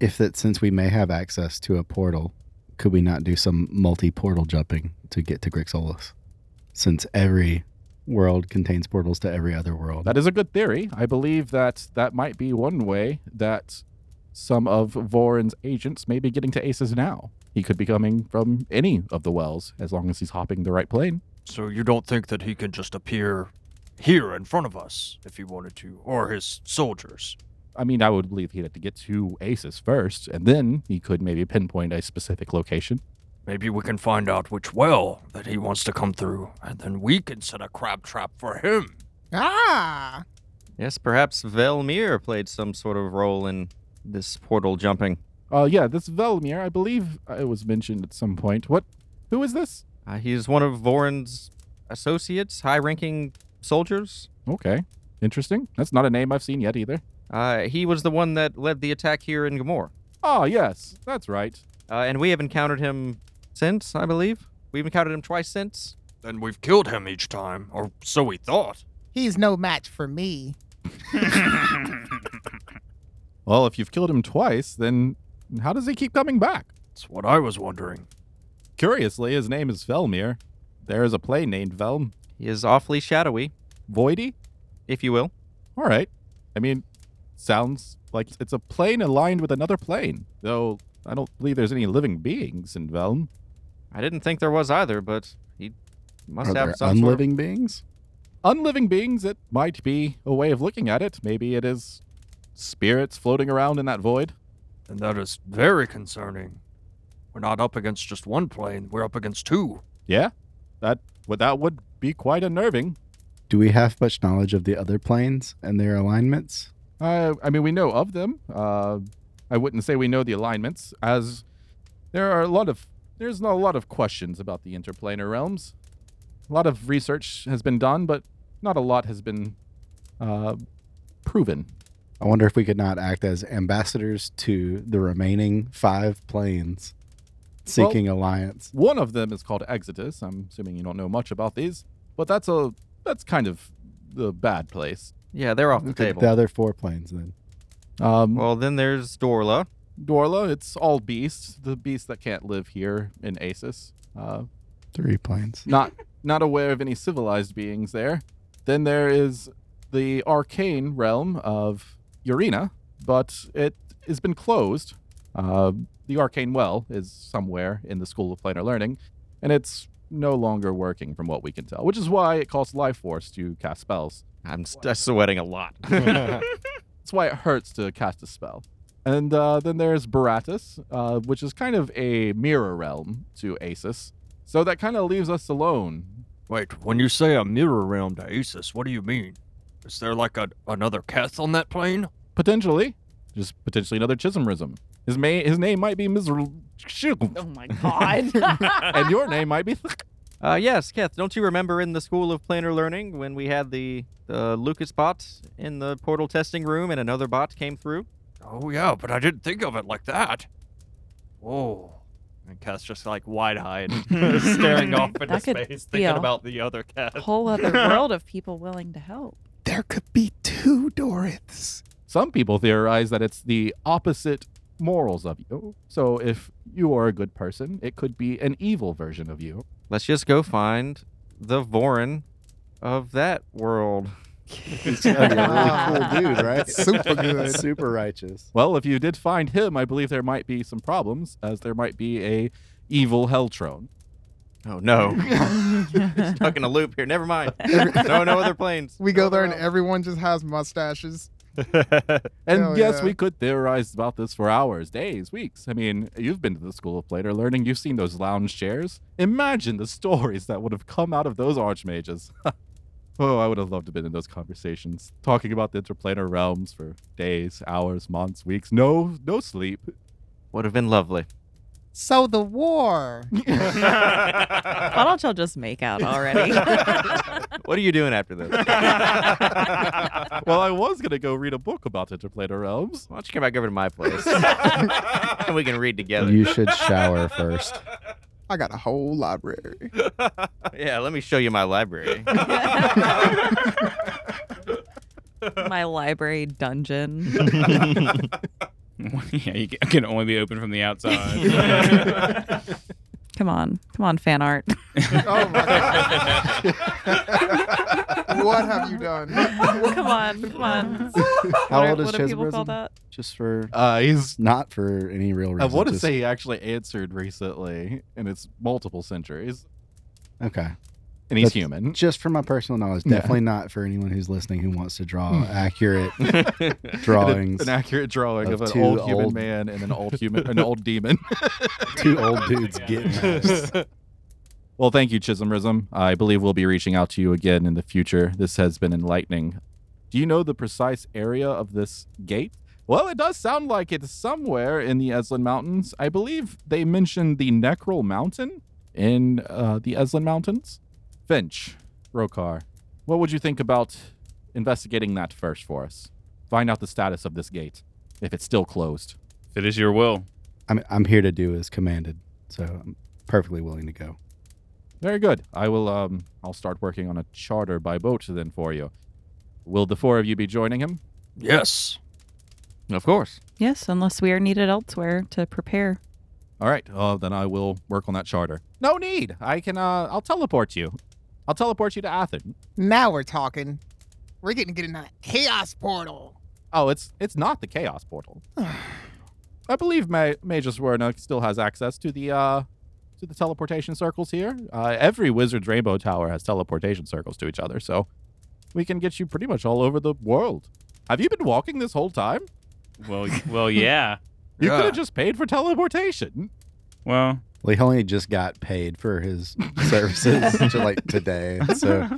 if that since we may have access to a portal, could we not do some multi portal jumping to get to Grixolis? Since every world contains portals to every other world. That is a good theory. I believe that that might be one way that some of Vorin's agents may be getting to Aces now. He could be coming from any of the wells as long as he's hopping the right plane. So you don't think that he can just appear here in front of us if he wanted to, or his soldiers? I mean, I would believe he'd have to get to Aces first, and then he could maybe pinpoint a specific location. Maybe we can find out which well that he wants to come through, and then we can set a crab trap for him. Ah, Yes, perhaps Velmir played some sort of role in this portal jumping. Uh, yeah, this Velmir, I believe uh, it was mentioned at some point. What? Who is this? Uh, he's one of Vorin's associates, high ranking soldiers. Okay, interesting. That's not a name I've seen yet either. Uh, he was the one that led the attack here in Gamor. Ah, yes, that's right. Uh, and we have encountered him since, I believe. We've encountered him twice since. Then we've killed him each time, or so we thought. he's no match for me. Well, if you've killed him twice, then how does he keep coming back? That's what I was wondering. Curiously, his name is Velmir. There is a play named Velm He is awfully shadowy, Voidy. if you will. All right. I mean, sounds like it's a plane aligned with another plane, though I don't believe there's any living beings in Velm. I didn't think there was either, but he must Are have there some sort of- unliving beings? Unliving beings, it might be a way of looking at it. Maybe it is spirits floating around in that void? And that That is very concerning. We're not up against just one plane, we're up against two. Yeah, that well, that would be quite unnerving. Do we have much knowledge of the other planes and their alignments? Uh, I mean, we know of them. Uh, I wouldn't say we know the alignments, as there are a lot of there's not a lot of questions about the interplanar realms. A lot of research has been done, but not a lot has been uh, proven. I wonder if we could not act as ambassadors to the remaining five planes seeking alliance. One of them is called Exodus. I'm assuming you don't know much about these, but that's a that's kind of the bad place. Yeah, they're off the Look at table. The other four planes, then. Um, Well, then there's Dorla. Dorla, it's all beasts. The beasts that can't live here in Asis. Uh, Three planes. not not aware of any civilized beings there. Then there is the arcane realm of Urina, but it has been closed. Uh, the arcane well is somewhere in the School of Planar Learning, and it's no longer working from what we can tell, which is why it costs life force to cast spells. I'm st- sweating a lot. That's why it hurts to cast a spell. And uh, then there's Baratus, uh, which is kind of a mirror realm to Asus. So that kind of leaves us alone. Wait, when you say a mirror realm to Asus, what do you mean? Is there like a, another Keth on that plane? Potentially. Just potentially another Chisholmism. His, ma- his name might be Mr. Oh my god. and your name might be. uh, yes, Keth, don't you remember in the School of Planar Learning when we had the, the Lucas bot in the portal testing room and another bot came through? Oh yeah, but I didn't think of it like that. Whoa. And Cass just like wide eyed, staring off into That could space, be thinking a about the other Cass. Whole other world of people willing to help. There could be two Doriths. Some people theorize that it's the opposite morals of you. So if you are a good person, it could be an evil version of you. Let's just go find the Vorin of that world. He's gonna be a really cool dude, right? Super good. Super righteous. Well, if you did find him, I believe there might be some problems, as there might be a evil hell throne. Oh, no. Stuck in a loop here. Never mind. no, no other planes. We go there and everyone just has mustaches. And Hell yes, yeah. we could theorize about this for hours, days, weeks. I mean, you've been to the School of Planar Learning, you've seen those lounge chairs. Imagine the stories that would have come out of those archmages. oh, I would have loved to have been in those conversations, talking about the interplanar realms for days, hours, months, weeks. No, no sleep. Would have been lovely. So the war. Why don't y'all just make out already? What are you doing after this? Why well, I was gonna go read a book about interplanar realms. don't you come back over to my place? and we can read together. You should shower first. I got a whole library. Yeah, let me show you my library. My library dungeon. yeah, you can- can only be open from the outside. Come on. Come on, fan art. Oh my god. what have you done? come on. Come on. How old what is do people call Chisbrism? that? Just for Uh, he's. not for any real I reason. want to just- say he actually answered recently, and it's multiple centuries, okay. and he's That's- human. Just for my personal knowledge, Yeah. definitely not for anyone who's listening who wants to draw accurate drawings. An, an accurate drawing of of, an two old, human old- man and an old human, an old demon. Two old dudes getting at us. Well, thank you, Chisholmism. I believe we'll be reaching out to you again in the future. This has been enlightening. Do you know the precise area of this gate? Well, it does sound like it's somewhere in the Esland Mountains. I believe they mentioned the Necrol Mountain in uh, the Esland Mountains. Finch, Rokar, what would you think about investigating that first for us? Find out the status of this gate, if it's still closed. if it is your will. I'm, I'm here to do as commanded, so I'm perfectly willing to go. Very good. I will um I'll start working on a charter by boat then for you. Will the four of you be joining him? Yes. of course. Yes, unless we are needed elsewhere to prepare. All right. Uh, then I will work on that charter. No need. I can uh I'll teleport you. I'll teleport you to Athens. Now we're talking. We're getting to get in that chaos portal. Oh, it's it's not the chaos portal. I believe Ma- Magus Werna still has access to the uh to the teleportation circles here. Uh, every wizard's rainbow tower has teleportation circles to each other, so we can get you pretty much all over the world. Have you been walking this whole time? Well, y- well, yeah. You Yeah. could have just paid for teleportation. Well, Well, he only just got paid for his services to like today. and So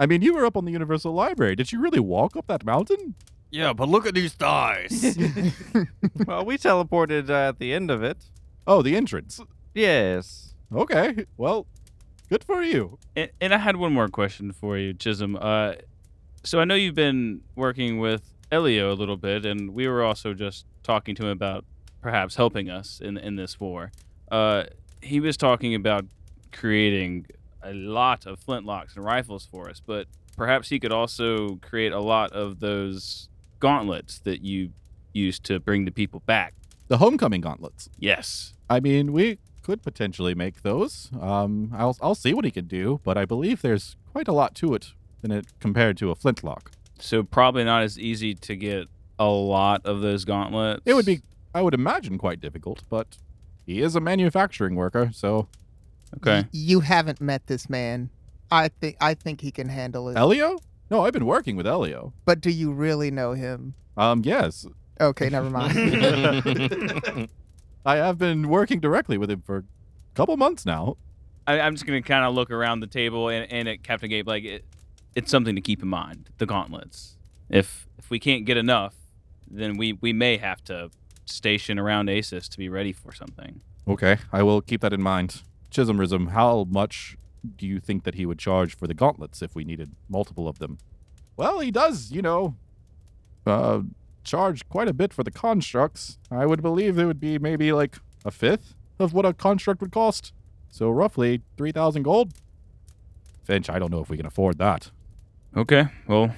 I mean, you were up on the Universal Library. Did you really walk up that mountain? Yeah, but look at these thighs. well, we teleported uh, at the end of it. Oh, the entrance. Yes. Oh, Okay. Well, good for you. and, and I had one more question for you, Chisholm. Uh, so I know you've been working with Elio a little bit, and we were also just talking to him about perhaps helping us in in this war. Uh, he was talking about creating a lot of flintlocks and rifles for us, but perhaps he could also create a lot of those gauntlets that you use to bring the people back. The homecoming gauntlets. Yes. I mean, we could potentially make those. Um, I'll I'll see what he can do, but I believe there's quite a lot to it than it compared to a flintlock. So probably not as easy to get a lot of those gauntlets. It would be, I would imagine, quite difficult, but he is a manufacturing worker, so okay. You haven't met this man. I think I think he can handle it. Elio? No, I've been working with Elio. But do you really know him? Um, yes, Okay, never mind. I have been working directly with him for a couple months now. I, I'm just gonna kind of look around the table and, and at Captain Gabe like it, it's something to keep in mind. The gauntlets. If if we can't get enough, then we we may have to station around Aces to be ready for something. Okay, I will keep that in mind. Chisholm Rism, how much do you think that he would charge for the gauntlets if we needed multiple of them? Well, he does, you know, uh, charge quite a bit for the constructs. I would believe it would be maybe like a fifth of what a construct would cost. So roughly 3,000 gold. Finch, I don't know if we can afford that. Okay. Well,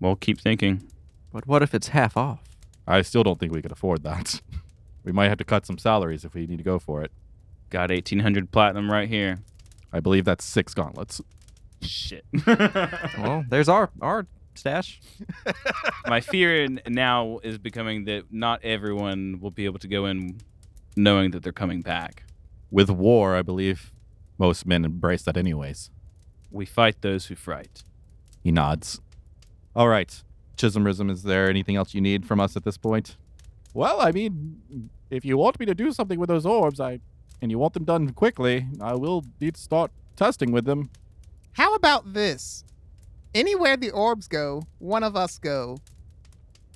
well, keep thinking. But what if it's half off? I still don't think we can afford that. we might have to cut some salaries if we need to go for it. Got 1800 platinum right here. I believe that's six gauntlets. Shit. Well, there's our our stash. My fear in- now is becoming that not everyone will be able to go in knowing that they're coming back. With war, I believe most men embrace that anyways. We fight those who fright. He nods. All right. Chisholm Rism, is there anything else you need from us at this point? Well, I mean, if you want me to do something with those orbs, I and you want them done quickly, I will need to start testing with them. How about this? Anywhere the orbs go, one of us go.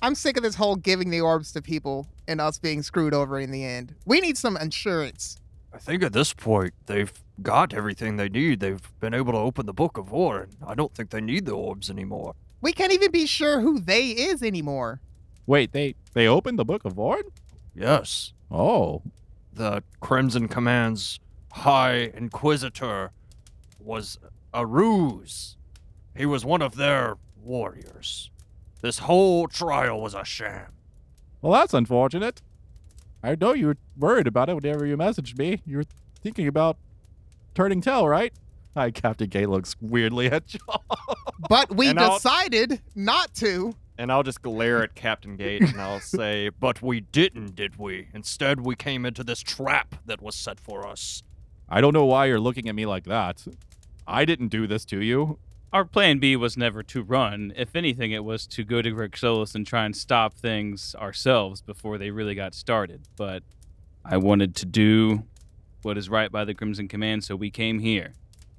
I'm sick of this whole giving the orbs to people and us being screwed over in the end. We need some insurance. I think at this point they've got everything they need. They've been able to open the Book of War, and I don't think they need the orbs anymore. We can't even be sure who they is anymore. Wait, they they opened the book of Vord? Yes, Oh, the Crimson Command's High Inquisitor was a ruse. He was one of their warriors. This whole trial was a sham. well, that's unfortunate. I know you were worried about it whenever you messaged me. You were thinking about turning tail, right? Hi, Captain Gay looks weirdly at you. But we And I'll- decided not to. And I'll just glare at Captain Gage and I'll say, But we didn't, did we? Instead, we came into this trap that was set for us. I don't know why you're looking at me like that. I didn't do this to you. Our plan B was never to run. If anything, it was to go to Grixolis and try and stop things ourselves before they really got started. But I wanted to do what is right by the Crimson Command, so we came here.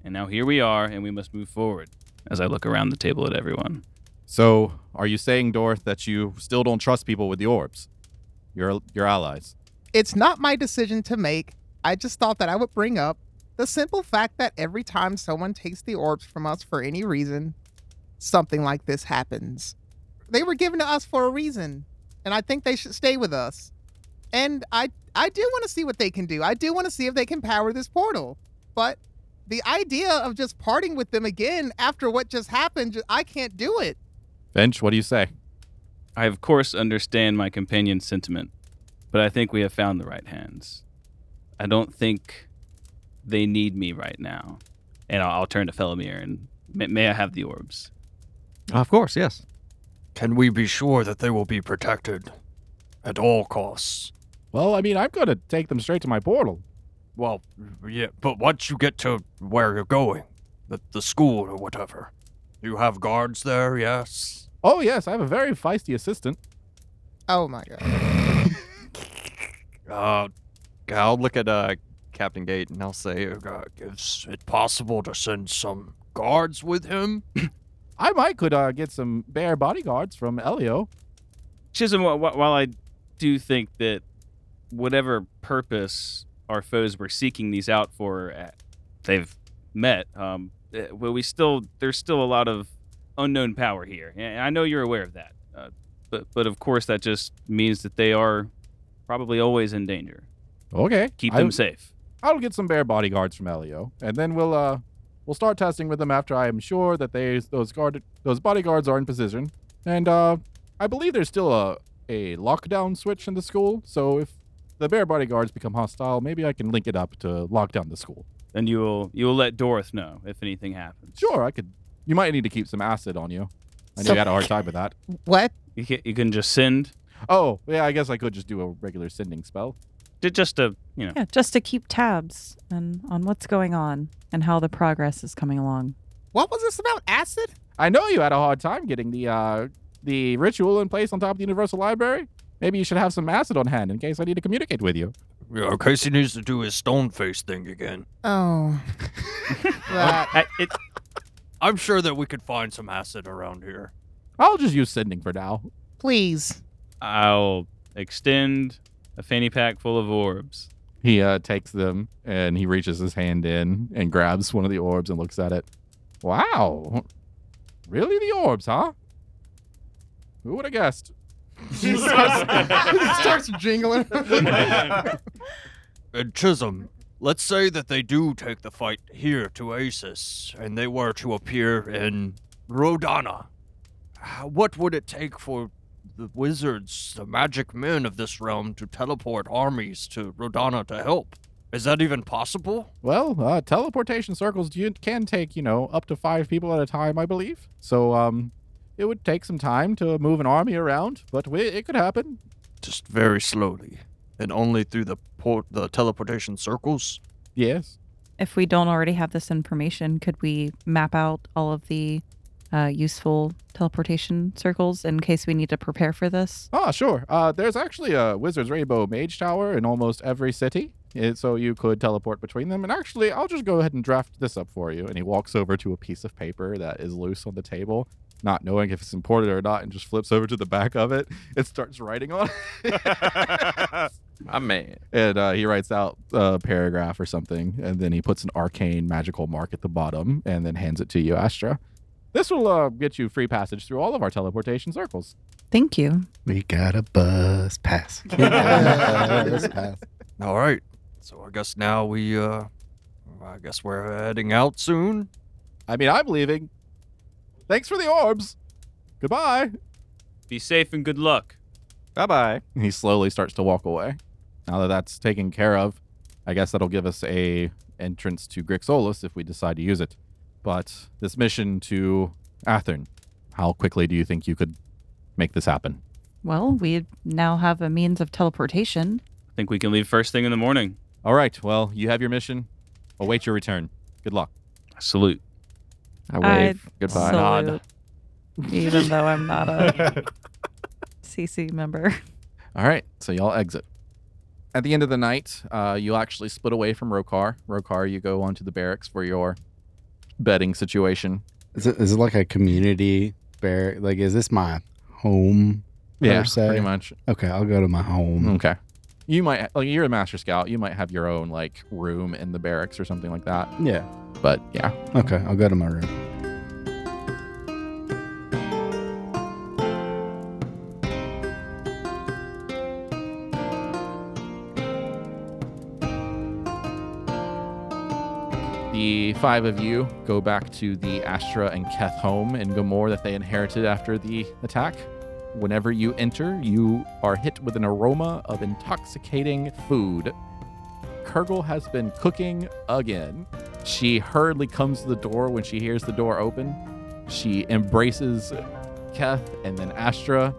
And now here we are, and we must move forward. As I look around the table at everyone, So, are you saying, Dorth, that you still don't trust people with the orbs? Your your allies. It's not my decision to make. I just thought that I would bring up the simple fact that every time someone takes the orbs from us for any reason, something like this happens. They were given to us for a reason, and I think they should stay with us. And I I do want to see what they can do. I do want to see if they can power this portal. But the idea of just parting with them again after what just happened, ju- I can't do it. Finch, what do you say? I of course understand my companion's sentiment, but I think we have found the right hands. I don't think they need me right now. And I'll, I'll turn to Felomir and may, may I have the orbs? Of course, yes. Can we be sure that they will be protected at all costs? Well, I mean, I'm gonna take them straight to my portal. Well, yeah, but once you get to where you're going, the, the school or whatever, you have guards there, yes? Oh, yes, I have a very feisty assistant. Oh my god. Uh, I'll look at uh, Captain Gate and I'll say, Uh, is it possible to send some guards with him? I might could uh, get some bear bodyguards from Elio. Chisholm, wh- wh- while I do think that whatever purpose our foes were seeking these out for, uh, they've met. Um, uh, well, we still there's still a lot of unknown power here, and I know you're aware of that. Uh, but but of course that just means that they are probably always in danger. Okay. Keep I- them safe. I'll get some bear bodyguards from Elio, and then we'll uh we'll start testing with them after I am sure that they those guard those bodyguards are in position. And uh I believe there's still a a lockdown switch in the school, so if the bear bodyguards become hostile, maybe I can link it up to lock down the school. Then you will you will let Doroth know if anything happens. Sure, I could. You might need to keep some acid on you. I know So- you had a hard time with that. What? You can, you can just send Oh, yeah, I guess I could just do a regular sending spell. ju- just a you know Yeah, just to keep tabs and on what's going on and how the progress is coming along. What was this about acid? I know you had a hard time getting the uh, the ritual in place on top of the Universal Library. Maybe you should have some acid on hand in case I need to communicate with you. Yeah, Casey needs to do his stone face thing again. Oh. That- I- it, I'm sure that we could find some acid around here. I'll just use sending for now. please. I'll extend a fanny pack full of orbs. He uh, takes them and he reaches his hand in and grabs one of the orbs and looks at it. Wow. Really the orbs, huh? Who would have guessed? He starts, he starts jingling. And Chisholm, let's say that they do take the fight here to Aces, and they were to appear in Rodana. H- What would it take for the wizards, the magic men of this realm, to teleport armies to Rodana to help? Is that even possible? Well, uh, teleportation circles you can take, you know, up to five people at a time, I believe. So, um, it would take some time to move an army around, but we, it could happen. Just very slowly, and only through the port, the teleportation circles. Yes. If we don't already have this information, could we map out all of the uh, useful teleportation circles in case we need to prepare for this? Ah, sure. Uh, there's actually a Wizard's Rainbow Mage Tower in almost every city, eh, so you could teleport between them. And actually, I'll just go ahead and draft this up for you. And he walks over to a piece of paper that is loose on the table, not knowing if it's important or not, and just flips over to the back of it and starts writing on it. My man. and uh, he writes out a paragraph or something, and then he puts an arcane magical mark at the bottom and then hands it to you, Astra. This will uh, get you free passage through all of our teleportation circles. Thank you. We got a bus pass. Bus pass. All right. So I guess now we, uh, I guess we're heading out soon. I mean, I'm leaving. Thanks for the orbs. Goodbye. Be safe and good luck. Bye bye. He slowly starts to walk away. Now that that's taken care of, I guess that'll give us a entrance to Grixolus if we decide to use it. But this mission to Athern, how quickly do you think you could make this happen? Well, we now have a means of teleportation. I think we can leave first thing in the morning. All right. Well, you have your mission. Await your return. Good luck. Salute. I I wave. Goodbye. salute, Even though I'm not a CC member. All right, so y'all exit. At the end of the night, uh, you'll actually split away from Rokar. Rokar, you go onto the barracks for your bedding situation. Is it, is it like a community bear? Like, is this my home? per se? pretty much. Okay, I'll go to my home. Okay. You might like you're a master scout. You might have your own like room in the barracks or something like that. Yeah. But yeah, Okay, I'll go to my room. the five of you go back to the Astra and Keth home in Gomor that they inherited after the attack. Whenever you enter, you are hit with an aroma of intoxicating food. Kurgle has been cooking again. She hurriedly comes to the door when she hears the door open. She embraces Keth and then Astra.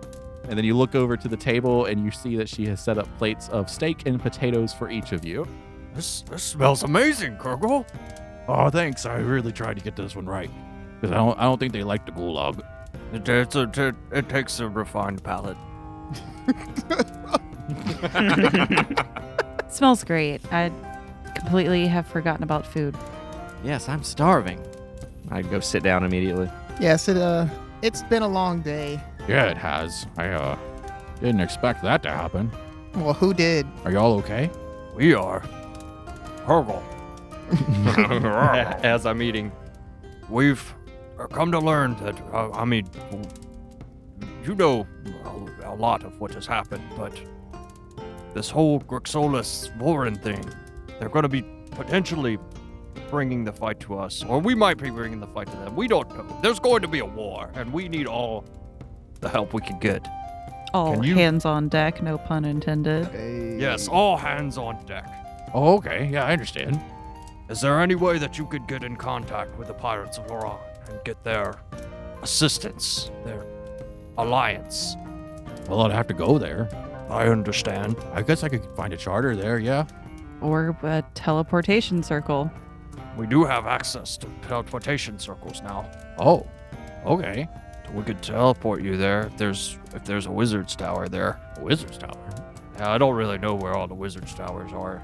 And then you look over to the table and you see that she has set up plates of steak and potatoes for each of you. This, this smells amazing, Kurgle. Oh, thanks. I really tried to get this one right because I don't, I don't think they like the gulag. It, it's a, it, it takes a refined palate. Smells great. I completely have forgotten about food. Yes, I'm starving. I'd go sit down immediately. Yes, it uh, it's been a long day. Yeah, it has. I uh didn't expect that to happen. Well, who did? Are y'all okay? We are. Herbal. As I'm eating. We've uh, come to learn that, uh, I mean, you know a, a lot of what has happened, but this whole Grixolis Warren thing, they're going to be potentially bringing the fight to us, or we might be bringing the fight to them. We don't know. There's going to be a war, and we need all the help we can get. All Can you- hands on deck, no pun intended. Yes, all hands on deck. Oh, okay. Yeah, I understand. Is there any way that you could get in contact with the Pirates of Loran and get their assistance, their alliance? Well, I'd have to go there. I understand. I guess I could find a charter there. Yeah. Or a teleportation circle. We do have access to teleportation circles now. Oh. Okay. So we could teleport you there if there's if there's a wizard's tower there. Wizard's Tower. Yeah, I don't really know where all the wizard's towers are.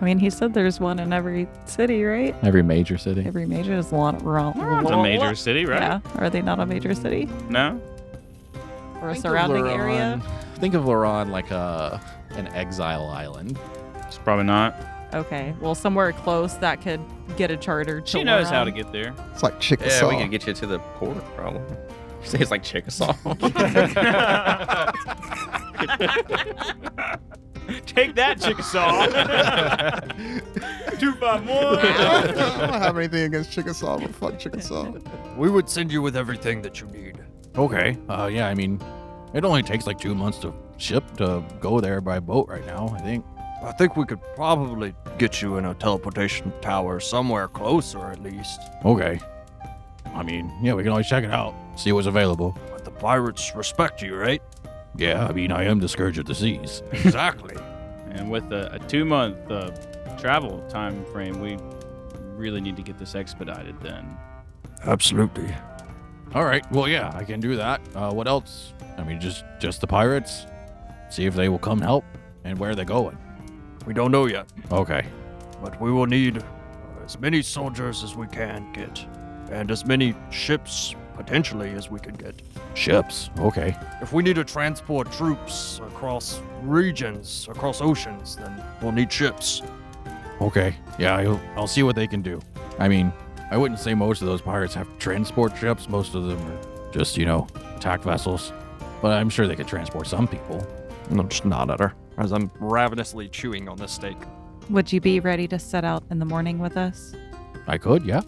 I mean, he said there's one in every city, right? Every major city. Every major is one. Wrong. It's a major city, right? Yeah. Are they not a major city No? or a surrounding area? Think of Loran like a an exile island. It's probably not. Okay. Well, somewhere close that could get a charter. To She knows how to get Laurent. there. It's like Yeah, Chickasaw. we could get you to the port, probably. Say it's like Chickasaw. Take that, Chickasaw. Two five I one. don't have anything against Chickasaw, but fuck Chickasaw. We would send you with everything that you need. Okay. Uh, yeah. I mean, it only takes like two months to ship to go there by boat right now. I think. I think we could probably get you in a teleportation tower somewhere closer at least. Okay. I mean, yeah, we can always check it out. See what's available. But the pirates respect you, right? Yeah. I mean, I am the scourge of the seas. Exactly. And with a, a two month uh, travel time frame, we really need to get this expedited then. Absolutely. All right. Well, yeah, I can do that. Uh, what else? I mean, just just the pirates. See if they will come help and where they're going. We don't know yet, Okay. but we will need as many soldiers as we can get, and as many ships potentially as we can get. Ships. Okay. If we need to transport troops across regions, across oceans, then we'll need ships. Okay. Yeah, I'll, I'll see what they can do. I mean, I wouldn't say most of those pirates have transport ships. Most of them are just, you know, attack vessels. But I'm sure they could transport some people. And I'll just nod at her as I'm ravenously chewing on this steak. Would you be ready to set out in the morning with us? I could, yeah.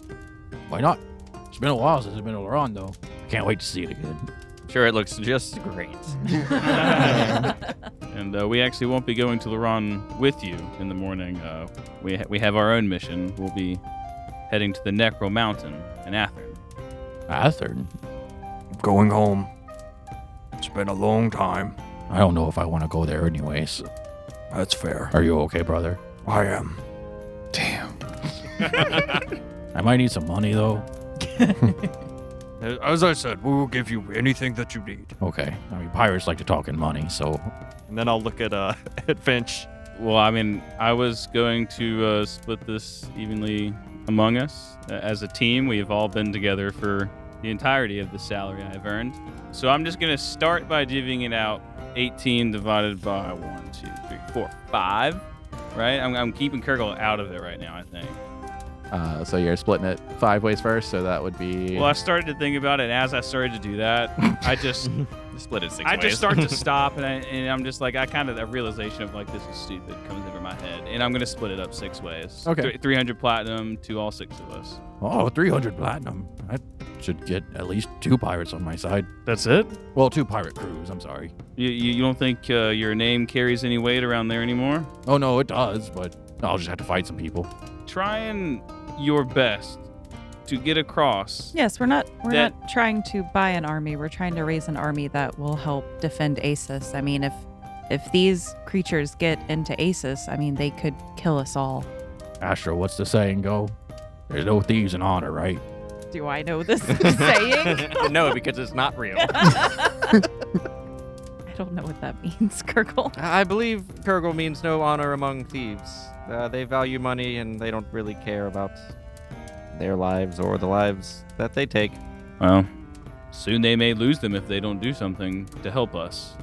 Why not? It's been a while since I've been to Laron, though. Can't wait to see it again. sure, it looks just great. And uh, we actually won't be going to Laron with you in the morning. Uh, we, ha- we have our own mission. We'll be heading to the Necro Mountain in Athern. Athern? I'm going home. It's been a long time. I don't know if I want to go there anyways. That's fair. Are you okay, brother? I am. Damn. I might need some money, though. As I said, we will give you anything that you need. Okay. I mean, pirates like to talk in money, so. And then I'll look at uh at Finch. Well, I mean, I was going to uh, split this evenly among us. Uh, as a team, we have all been together for the entirety of the salary I've earned. So I'm just going to start by divvying it out 18 divided by 1, 2, 3, 4, 5. Right? I'm, I'm keeping Kurgle out of it right now, I think. Uh, so you're splitting it five ways first, so that would be. Well, I started to think about it, and as I started to do that, I just Split it six I ways. just start to stop, and, I, and I'm just like, I kind of, a realization of like, this is stupid comes over my head. And I'm going to split it up six ways. Okay. Three- 300 platinum to all six of us. Oh, 300 platinum. I should get at least two pirates on my side. That's it? Well, two pirate crews, I'm sorry. You, you, you don't think uh, your name carries any weight around there anymore? Oh no, it does, but I'll just have to fight some people. Trying your best to get across. Yes, we're not we're That- not trying to buy an army. We're trying to raise an army that will help defend Asus. I mean, if if these creatures get into Asus, I mean, they could kill us all. Astro, what's the saying go? There's no thieves in honor, right? do I know this saying? no, because it's not real. I don't know what that means, Kirkle. I believe Kurgle means no honor among thieves. Uh, they value money and they don't really care about their lives or the lives that they take. Well, soon they may lose them if they don't do something to help us.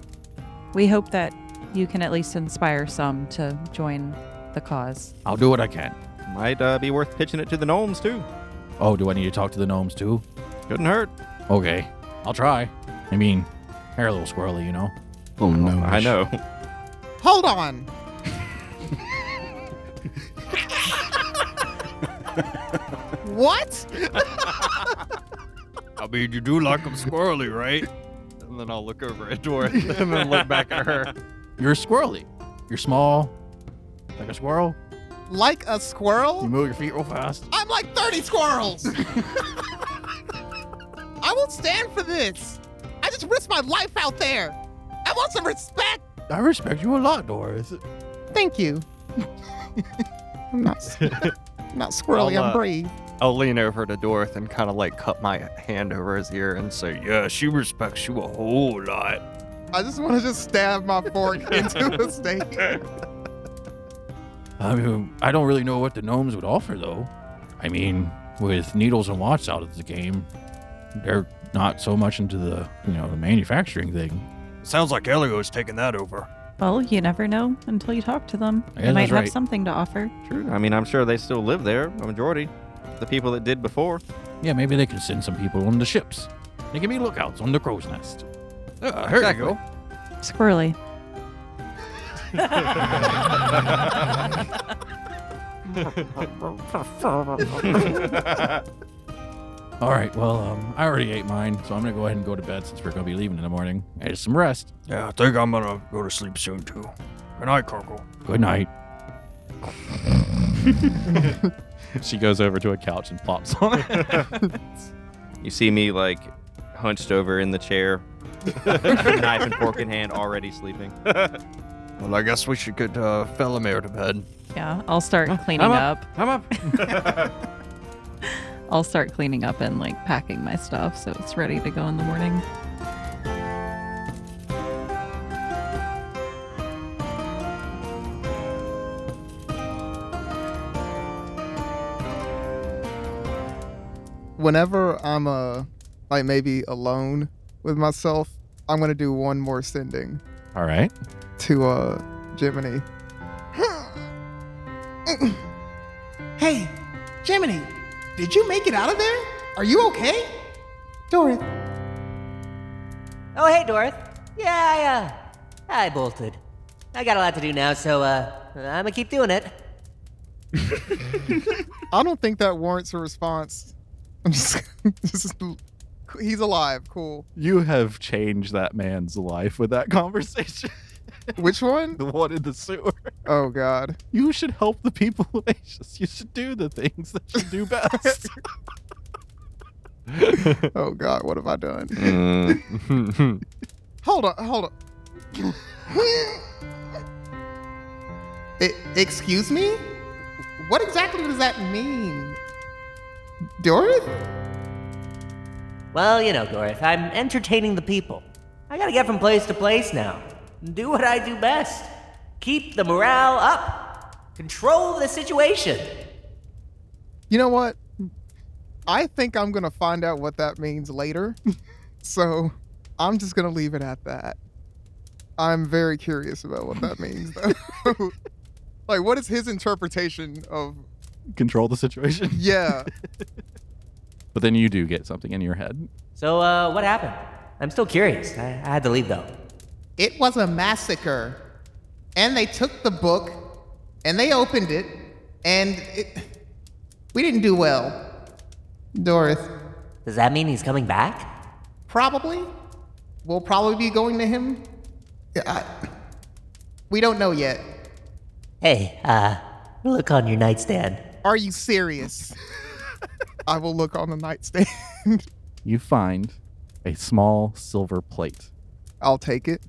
We hope that you can at least inspire some to join the cause. I'll do what I can. Might uh, be worth pitching it to the gnomes too. Oh, do I need to talk to the gnomes too? Couldn't hurt. Okay, I'll try. I mean, they're a little squirrely, you know. Oh no, I know. Hold on. what? I mean, you do like them squirrely, right? And then I'll look over at Dora and then look back at her. You're squirrely. You're small, like a squirrel. Like a squirrel? You move your feet real fast. I'm like 30 squirrels. I won't stand for this. I just risked my life out there. I want some respect. I respect you a lot, Doris. Thank you. I'm not, s- I'm not squirrely. I'll, I'm uh, brave. I'll lean over to Dorothy and kind of like cut my hand over his ear and say, Yeah, she respects you a whole lot. I just want to just stab my fork into a steak. I mean, I don't really know what the gnomes would offer though. I mean, with needles and watts out of the game, they're not so much into the you know the manufacturing thing. Sounds like Elio's taking that over. Well, you never know until you talk to them. Yeah, they might that's have right. something to offer. True. I mean, I'm sure they still live there, a majority. The people that did before. Yeah, maybe they can send some people on the ships. They can be lookouts on the crow's nest. Ah, Uh, Yeah, here Exactly. you Squirrely. All right, well, um, I already ate mine, so I'm gonna go ahead and go to bed since we're gonna be leaving in the morning. I just some rest. go. Yeah, I think I'm gonna go to sleep soon too. Good night, Kirkle. Good night. she goes over to a couch and plops on it. You see me like hunched over in the chair, knife and fork in hand, already sleeping. Well, I guess we should get uh, Felomir to bed. Yeah, I'll start cleaning I'm up. up. I'm up. I'll start cleaning up and like packing my stuff so it's ready to go in the morning. Whenever I'm uh like maybe alone with myself, I'm gonna do one more sending All right. to uh Jiminy. Hey, Gemini, did you make it out of there? Are you okay? Dorothy. Oh, hey, Dorothy. Yeah, I, uh, I bolted. I got a lot to do now, so, uh, I'm gonna keep doing it. I don't think that warrants a response. I'm just, just he's alive, cool. you have changed that man's life with that conversation. Which one? The one in the sewer. Oh God. You should help the people of Asia. You should do the things that you do best. oh God, what have I done? Mm. Hold on, hold on. E- excuse me? What exactly does that mean? Dorothy? Well, you know, Dorothy, I'm entertaining the people. I gotta get from place to place now. Do what I do best. Keep the morale up. Control the situation. You know what? I think I'm gonna find out what that means later. so I'm just gonna leave it at that. I'm very curious about what that means though. like what is his interpretation of Control the situation. yeah. But then you do get something in your head. So, uh, what happened? I'm still curious. I, I had to leave, though. It was a massacre. And they took the book and they opened it and it, we didn't do well. Dorothy. Does that mean he's coming back? Probably. We'll probably be going to him. Yeah, I- we don't know yet. Hey, uh, look on your nightstand. Are you serious? I will look on the nightstand. You find a small silver plate. I'll take it.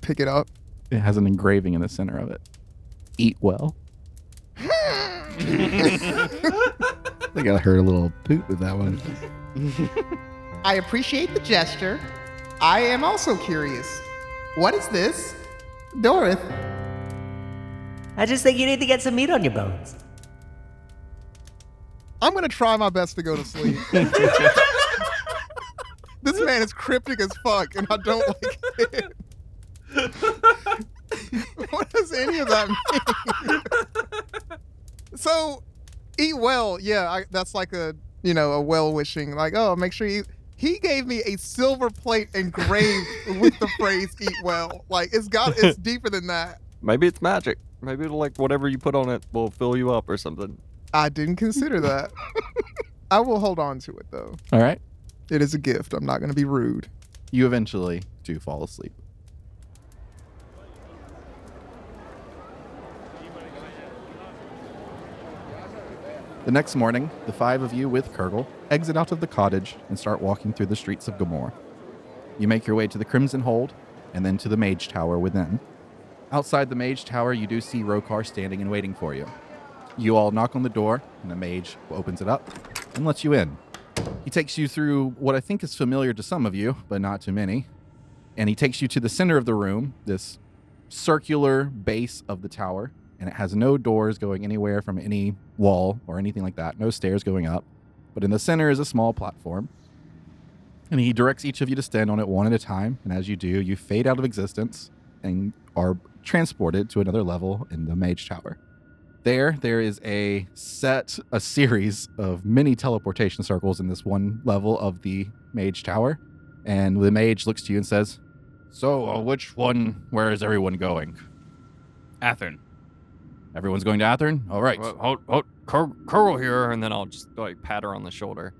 Pick it up. It has an engraving in the center of it. Eat well. think I heard a little poot with that one. I appreciate the gesture. I am also curious. What is this? Dorith. I just think you need to get some meat on your bones. I'm gonna try my best to go to sleep. this man is cryptic as fuck, and I don't like it. what does any of that mean? so, eat well. Yeah, I, that's like a you know a well wishing. Like, oh, make sure you. He gave me a silver plate engraved with the phrase "eat well." Like, it's got it's deeper than that. Maybe it's magic. Maybe it'll like whatever you put on it will fill you up or something. I didn't consider that. I will hold on to it though. All right. It is a gift. I'm not going to be rude. You eventually do fall asleep. The next morning, the five of you with Kurgle exit out of the cottage and start walking through the streets of Gomorrah. You make your way to the Crimson Hold and then to the Mage Tower within. Outside the Mage Tower, you do see Rokar standing and waiting for you. You all knock on the door, and the mage opens it up and lets you in. He takes you through what I think is familiar to some of you, but not to many. And he takes you to the center of the room, this circular base of the tower, and it has no doors going anywhere from any wall or anything like that, no stairs going up. But in the center is a small platform. And he directs each of you to stand on it one at a time. And as you do, you fade out of existence and are transported to another level in the Mage Tower. There, there is a set, a series of many teleportation circles in this one level of the Mage Tower. And the mage looks to you and says, So, uh, which one, where is everyone going? Athern. Everyone's going to Athern? Oh, All right. Well, hold, hold, Cur- curl here, and then I'll just like pat her on the shoulder.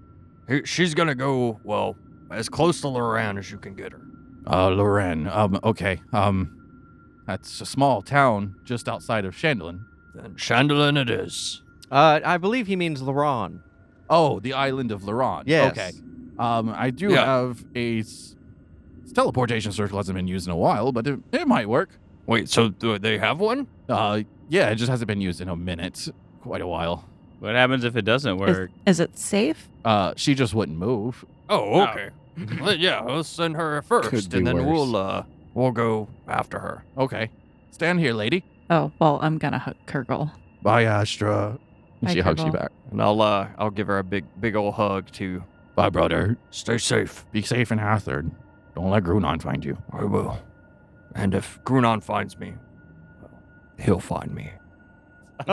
He, she's gonna go well as close to Loran as you can get her. Uh, Loren. Um, okay. Um, that's a small town just outside of Chandelin. Then Chandelin it is. Uh, I believe he means Laron. Oh, the island of Laron. Yes. Okay. Um, I do Yeah. have a s- teleportation circle hasn't been used in a while, but it, it might work. Wait, so do they have one? Uh, yeah, it just hasn't been used in a minute, quite a while. What happens if it doesn't work? Is it safe? Uh, she just wouldn't move. Oh, okay. Well, yeah, let's send her first, be and then we'll worse. uh we'll go after her. Okay, stand here, lady. Oh, well, I'm going to hug Kurgle. Bye, Astra. Bye, she hugs you Kerbal. back. And I'll uh I'll give her a big big old hug too. Bye, brother. Stay safe. Be safe in Hathard. Don't let Grunon find you. I will. And if Grunon finds me, he'll find me.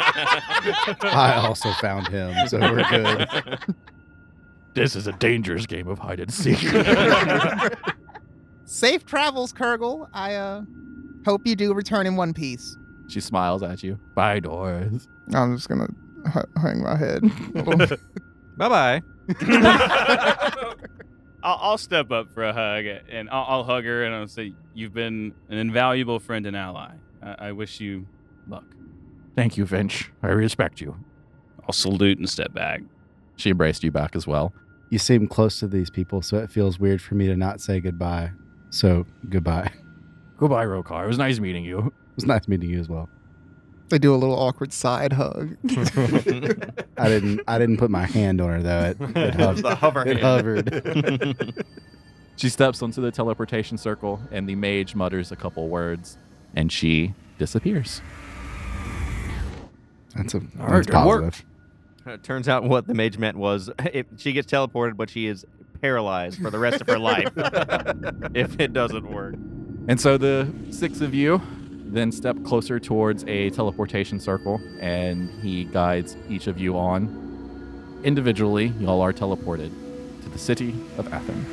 I also found him, so we're good. This is a dangerous game of hide and seek. Safe travels, Kurgle. I uh, hope you do return in one piece. She smiles at you. Bye, Doris. I'm just gonna h- hang my head. Bye bye. I'll, I'll step up for a hug and I'll, I'll hug her and I'll say, You've been an invaluable friend and ally. I, I wish you luck. Thank you, Finch. I respect you. I'll salute and step back. She embraced you back as well. You seem close to these people, so it feels weird for me to not say goodbye. So goodbye. Goodbye, Rokar. It was nice meeting you. It was nice meeting you as well. They do a little awkward side hug. I didn't. I didn't put my hand on her though. It, it, hovered. The hover it hand. hovered. She steps onto the teleportation circle, and the mage mutters a couple words, and she disappears. That's a All right, that's it positive. worked. It turns out what the mage meant was if she gets teleported, but she is paralyzed for the rest of her life if it doesn't work. And so the six of you then step closer towards a teleportation circle, and he guides each of you on. Individually, y'all are teleported to the city of Athens.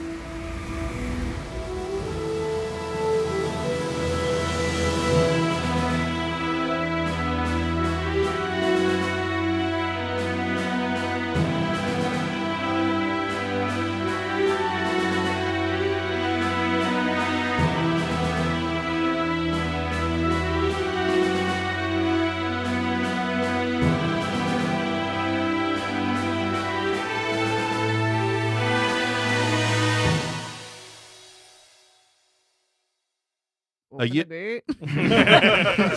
a ye- I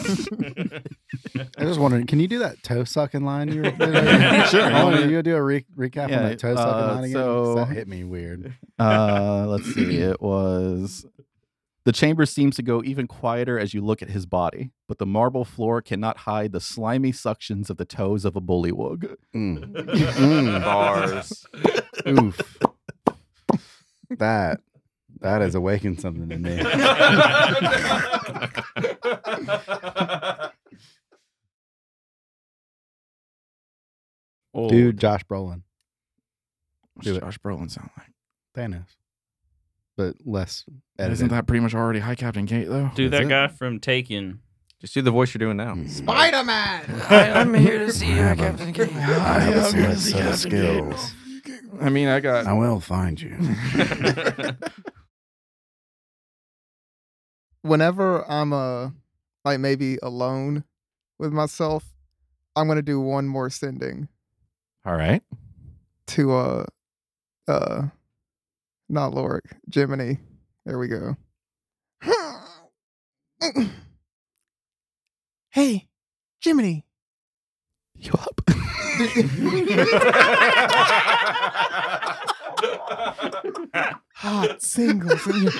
was wondering, can you do that toe sucking line? You were doing? Sure. I wanna- you gonna do a re- recap Yeah, on that toe sucking uh, line again? 'Cause so- that hit me weird. Uh, let's see. It was. The chamber seems to go even quieter as you look at his body, but the marble floor cannot hide the slimy suctions of the toes of a bullywug. Mm. Mm. Bars. Oof. That that has awakened something in me. Dude, Josh Brolin. What's Josh Brolin sound like? Thanos. But less edited. Isn't that pretty much already High Captain Kate though? Do that guy from Taken. Just do the voice you're doing now. Mm. Spider Man! I'm here to see you, Captain Kate. I am haven't here to seen see that Captain Kate. skills. I mean, I got. I will find you. whenever I'm uh like maybe alone with myself, I'm gonna do one more sending All right. to uh uh not Lorik, Gemini. There we go. Hey, Jiminy. You up? Hot singles in your